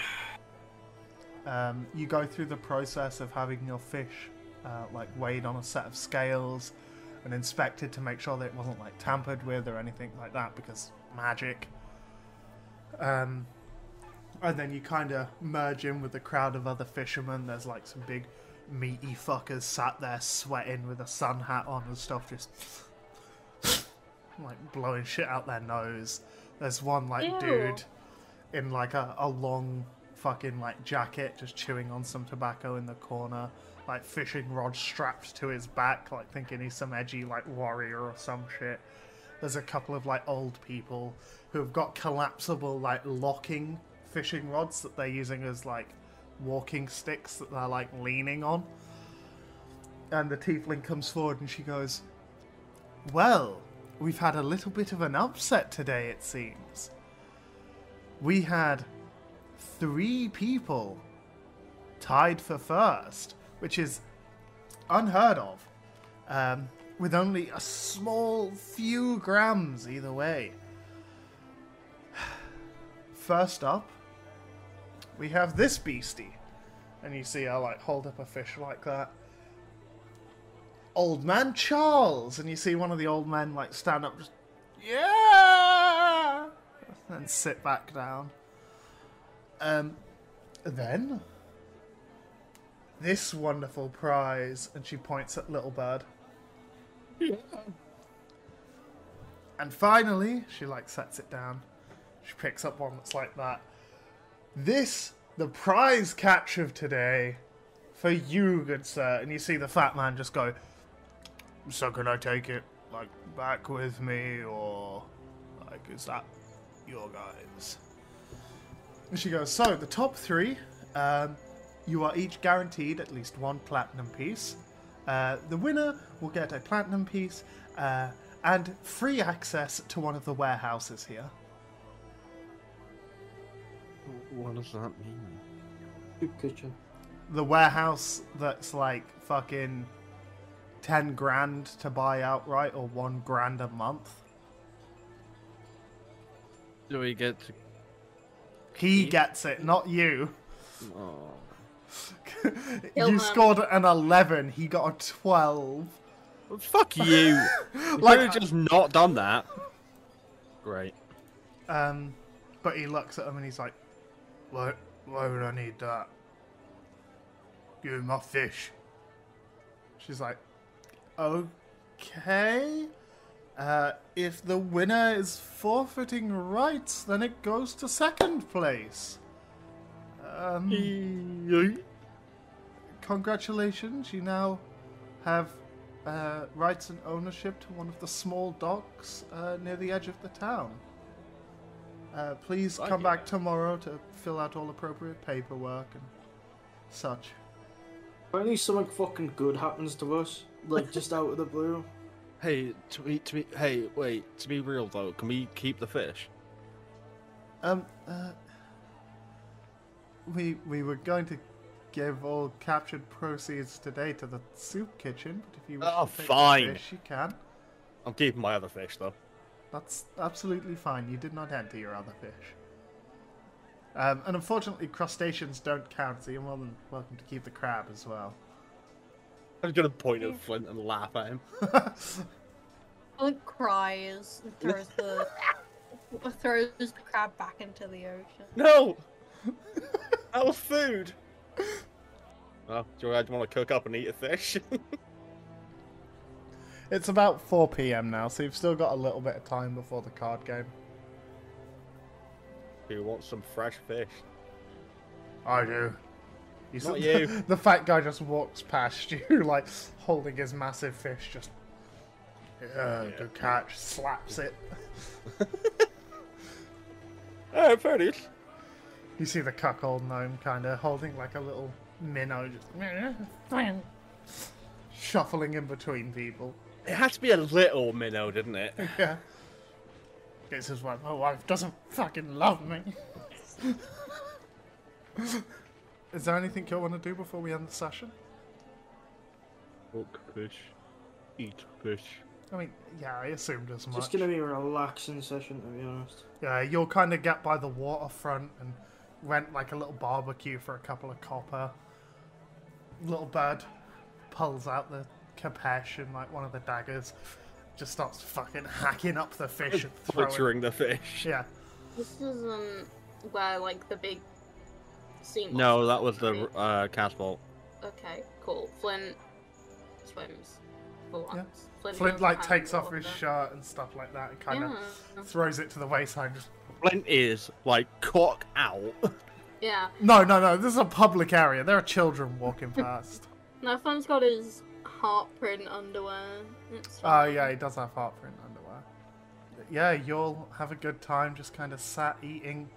um, you go through the process of having your fish uh, like weighed on a set of scales and inspected to make sure that it wasn't like tampered with or anything like that because magic um, and then you kind of merge in with the crowd of other fishermen there's like some big meaty fuckers sat there sweating with a sun hat on and stuff just like blowing shit out their nose there's one like
Ew.
dude in like a, a long fucking like jacket just chewing on some tobacco in the corner like fishing rod strapped to his back like thinking he's some edgy like warrior or some shit there's a couple of like old people who have got collapsible like locking fishing rods that they're using as like walking sticks that they're like leaning on and the tiefling comes forward and she goes well we've had a little bit of an upset today it seems we had three people tied for first, which is unheard of, um, with only a small few grams either way. First up, we have this beastie. And you see her like hold up a fish like that. Old man Charles, and you see one of the old men like stand up, just yeah, and sit back down. Um, then this wonderful prize, and she points at Little Bird. and finally, she like sets it down. She picks up one that's like that. This the prize catch of today for you, good sir. And you see the fat man just go. So can I take it like back with me, or like is that your guys? And she goes, So, the top three, um, you are each guaranteed at least one platinum piece. Uh, the winner will get a platinum piece uh, and free access to one of the warehouses here.
What does that mean?
Good kitchen.
The warehouse that's like fucking 10 grand to buy outright or 1 grand a month.
Do we get to?
He gets it, not you.
Oh.
you
him.
scored an 11, he got a 12.
Fuck you! like,
Like-
have just not done that. Great.
Um, but he looks at him and he's like, "Why? Why would I need that? Give me my fish." She's like, "Okay. Uh, if the winner is forfeiting rights, then it goes to second place. Um, congratulations, you now have." Uh, rights and ownership to one of the small docks uh, near the edge of the town. Uh, please
Fuck
come
yeah.
back tomorrow to fill out all appropriate paperwork and such.
Apparently something fucking good happens to us, like just out of the blue.
Hey, to be, to be, hey, wait. To be real though, can we keep the fish?
Um, uh, we we were going to give all captured proceeds today to the soup kitchen, but if you wish
Oh,
to take the
fine.
fish, you can.
I'm keeping my other fish though.
That's absolutely fine. You did not enter your other fish. Um, and unfortunately, crustaceans don't count, so you're more than welcome to keep the crab as well.
I'm just gonna point at Flint and laugh at him.
Flint cries and throws the throws the crab back into the ocean.
No, that was food. Well, do you want to cook up and eat a fish?
It's about 4 p.m. now, so you've still got a little bit of time before the card game.
Who wants some fresh fish?
I do. You
Not
s-
you.
The fat guy just walks past you, like holding his massive fish, just. Uh, Good catch. Slaps it.
Oh, fair it is.
You see the cuckold gnome kind of holding like a little minnow, just. shuffling in between people.
It had to be a little minnow, didn't it?
Yeah. This is why my wife doesn't fucking love me. is there anything you want to do before we end the session?
Cook fish, eat fish.
I mean, yeah, I assumed as much.
Just gonna be a relaxing session, to be honest.
Yeah, you'll kind of get by the waterfront and rent like a little barbecue for a couple of copper. Little bird pulls out the capesh and like one of the daggers, just starts fucking hacking up the fish and throwing.
Butchering the fish.
Yeah,
This isn't where like the big scene.
No, that was the uh, catapult.
Okay, cool. Flint swims for once. Flint,
Flint
doesn't
like
have
takes
the
off his
water.
shirt and stuff like that, and kind of
Yeah.
throws it to the wayside. Just,
Flint is like cock out.
Yeah.
no, no, no! This is a public area. There are children walking past.
Now Flint's got his heart print underwear. It's
Oh
fine.
yeah, he does have heart print underwear. Yeah, you'll have a good time just kind of sat eating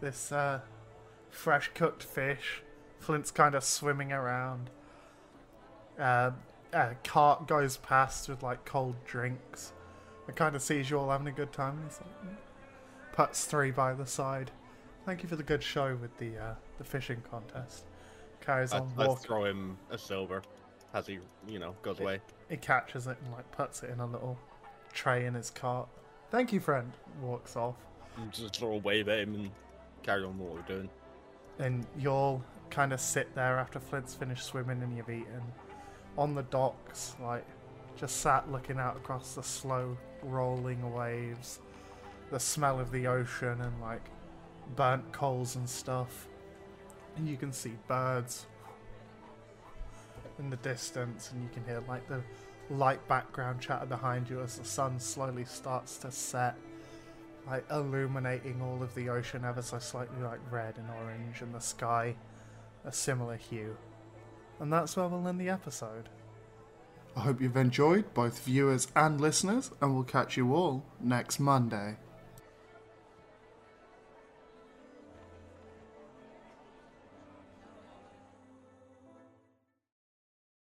this uh, fresh cooked fish. Flint's kind of swimming around. Uh, a cart goes past with like cold drinks. It kind of sees you all having a good time. And it's like, "Mm." puts three by the side. Thank you for the good show with the uh, the fishing contest. Carries
I,
on
I
walking.
throw him a silver as he, you know, goes away.
He catches it and like puts it in a little tray in his cart. Thank you, friend. Walks off,
And Just throw a wave at him and carry on with what we're doing.
and you'll kind of sit there after Flint's finished swimming and you've eaten on the docks, like just sat looking out across the slow rolling waves, the smell of the ocean and like burnt coals and stuff. And you can see birds in the distance, and you can hear like the light background chatter behind you as the sun slowly starts to set, like illuminating all of the ocean ever so slightly, like red and orange, and the sky a similar hue. And that's where we'll end the episode. I hope you've enjoyed, both viewers and listeners, and we'll catch you all next Monday.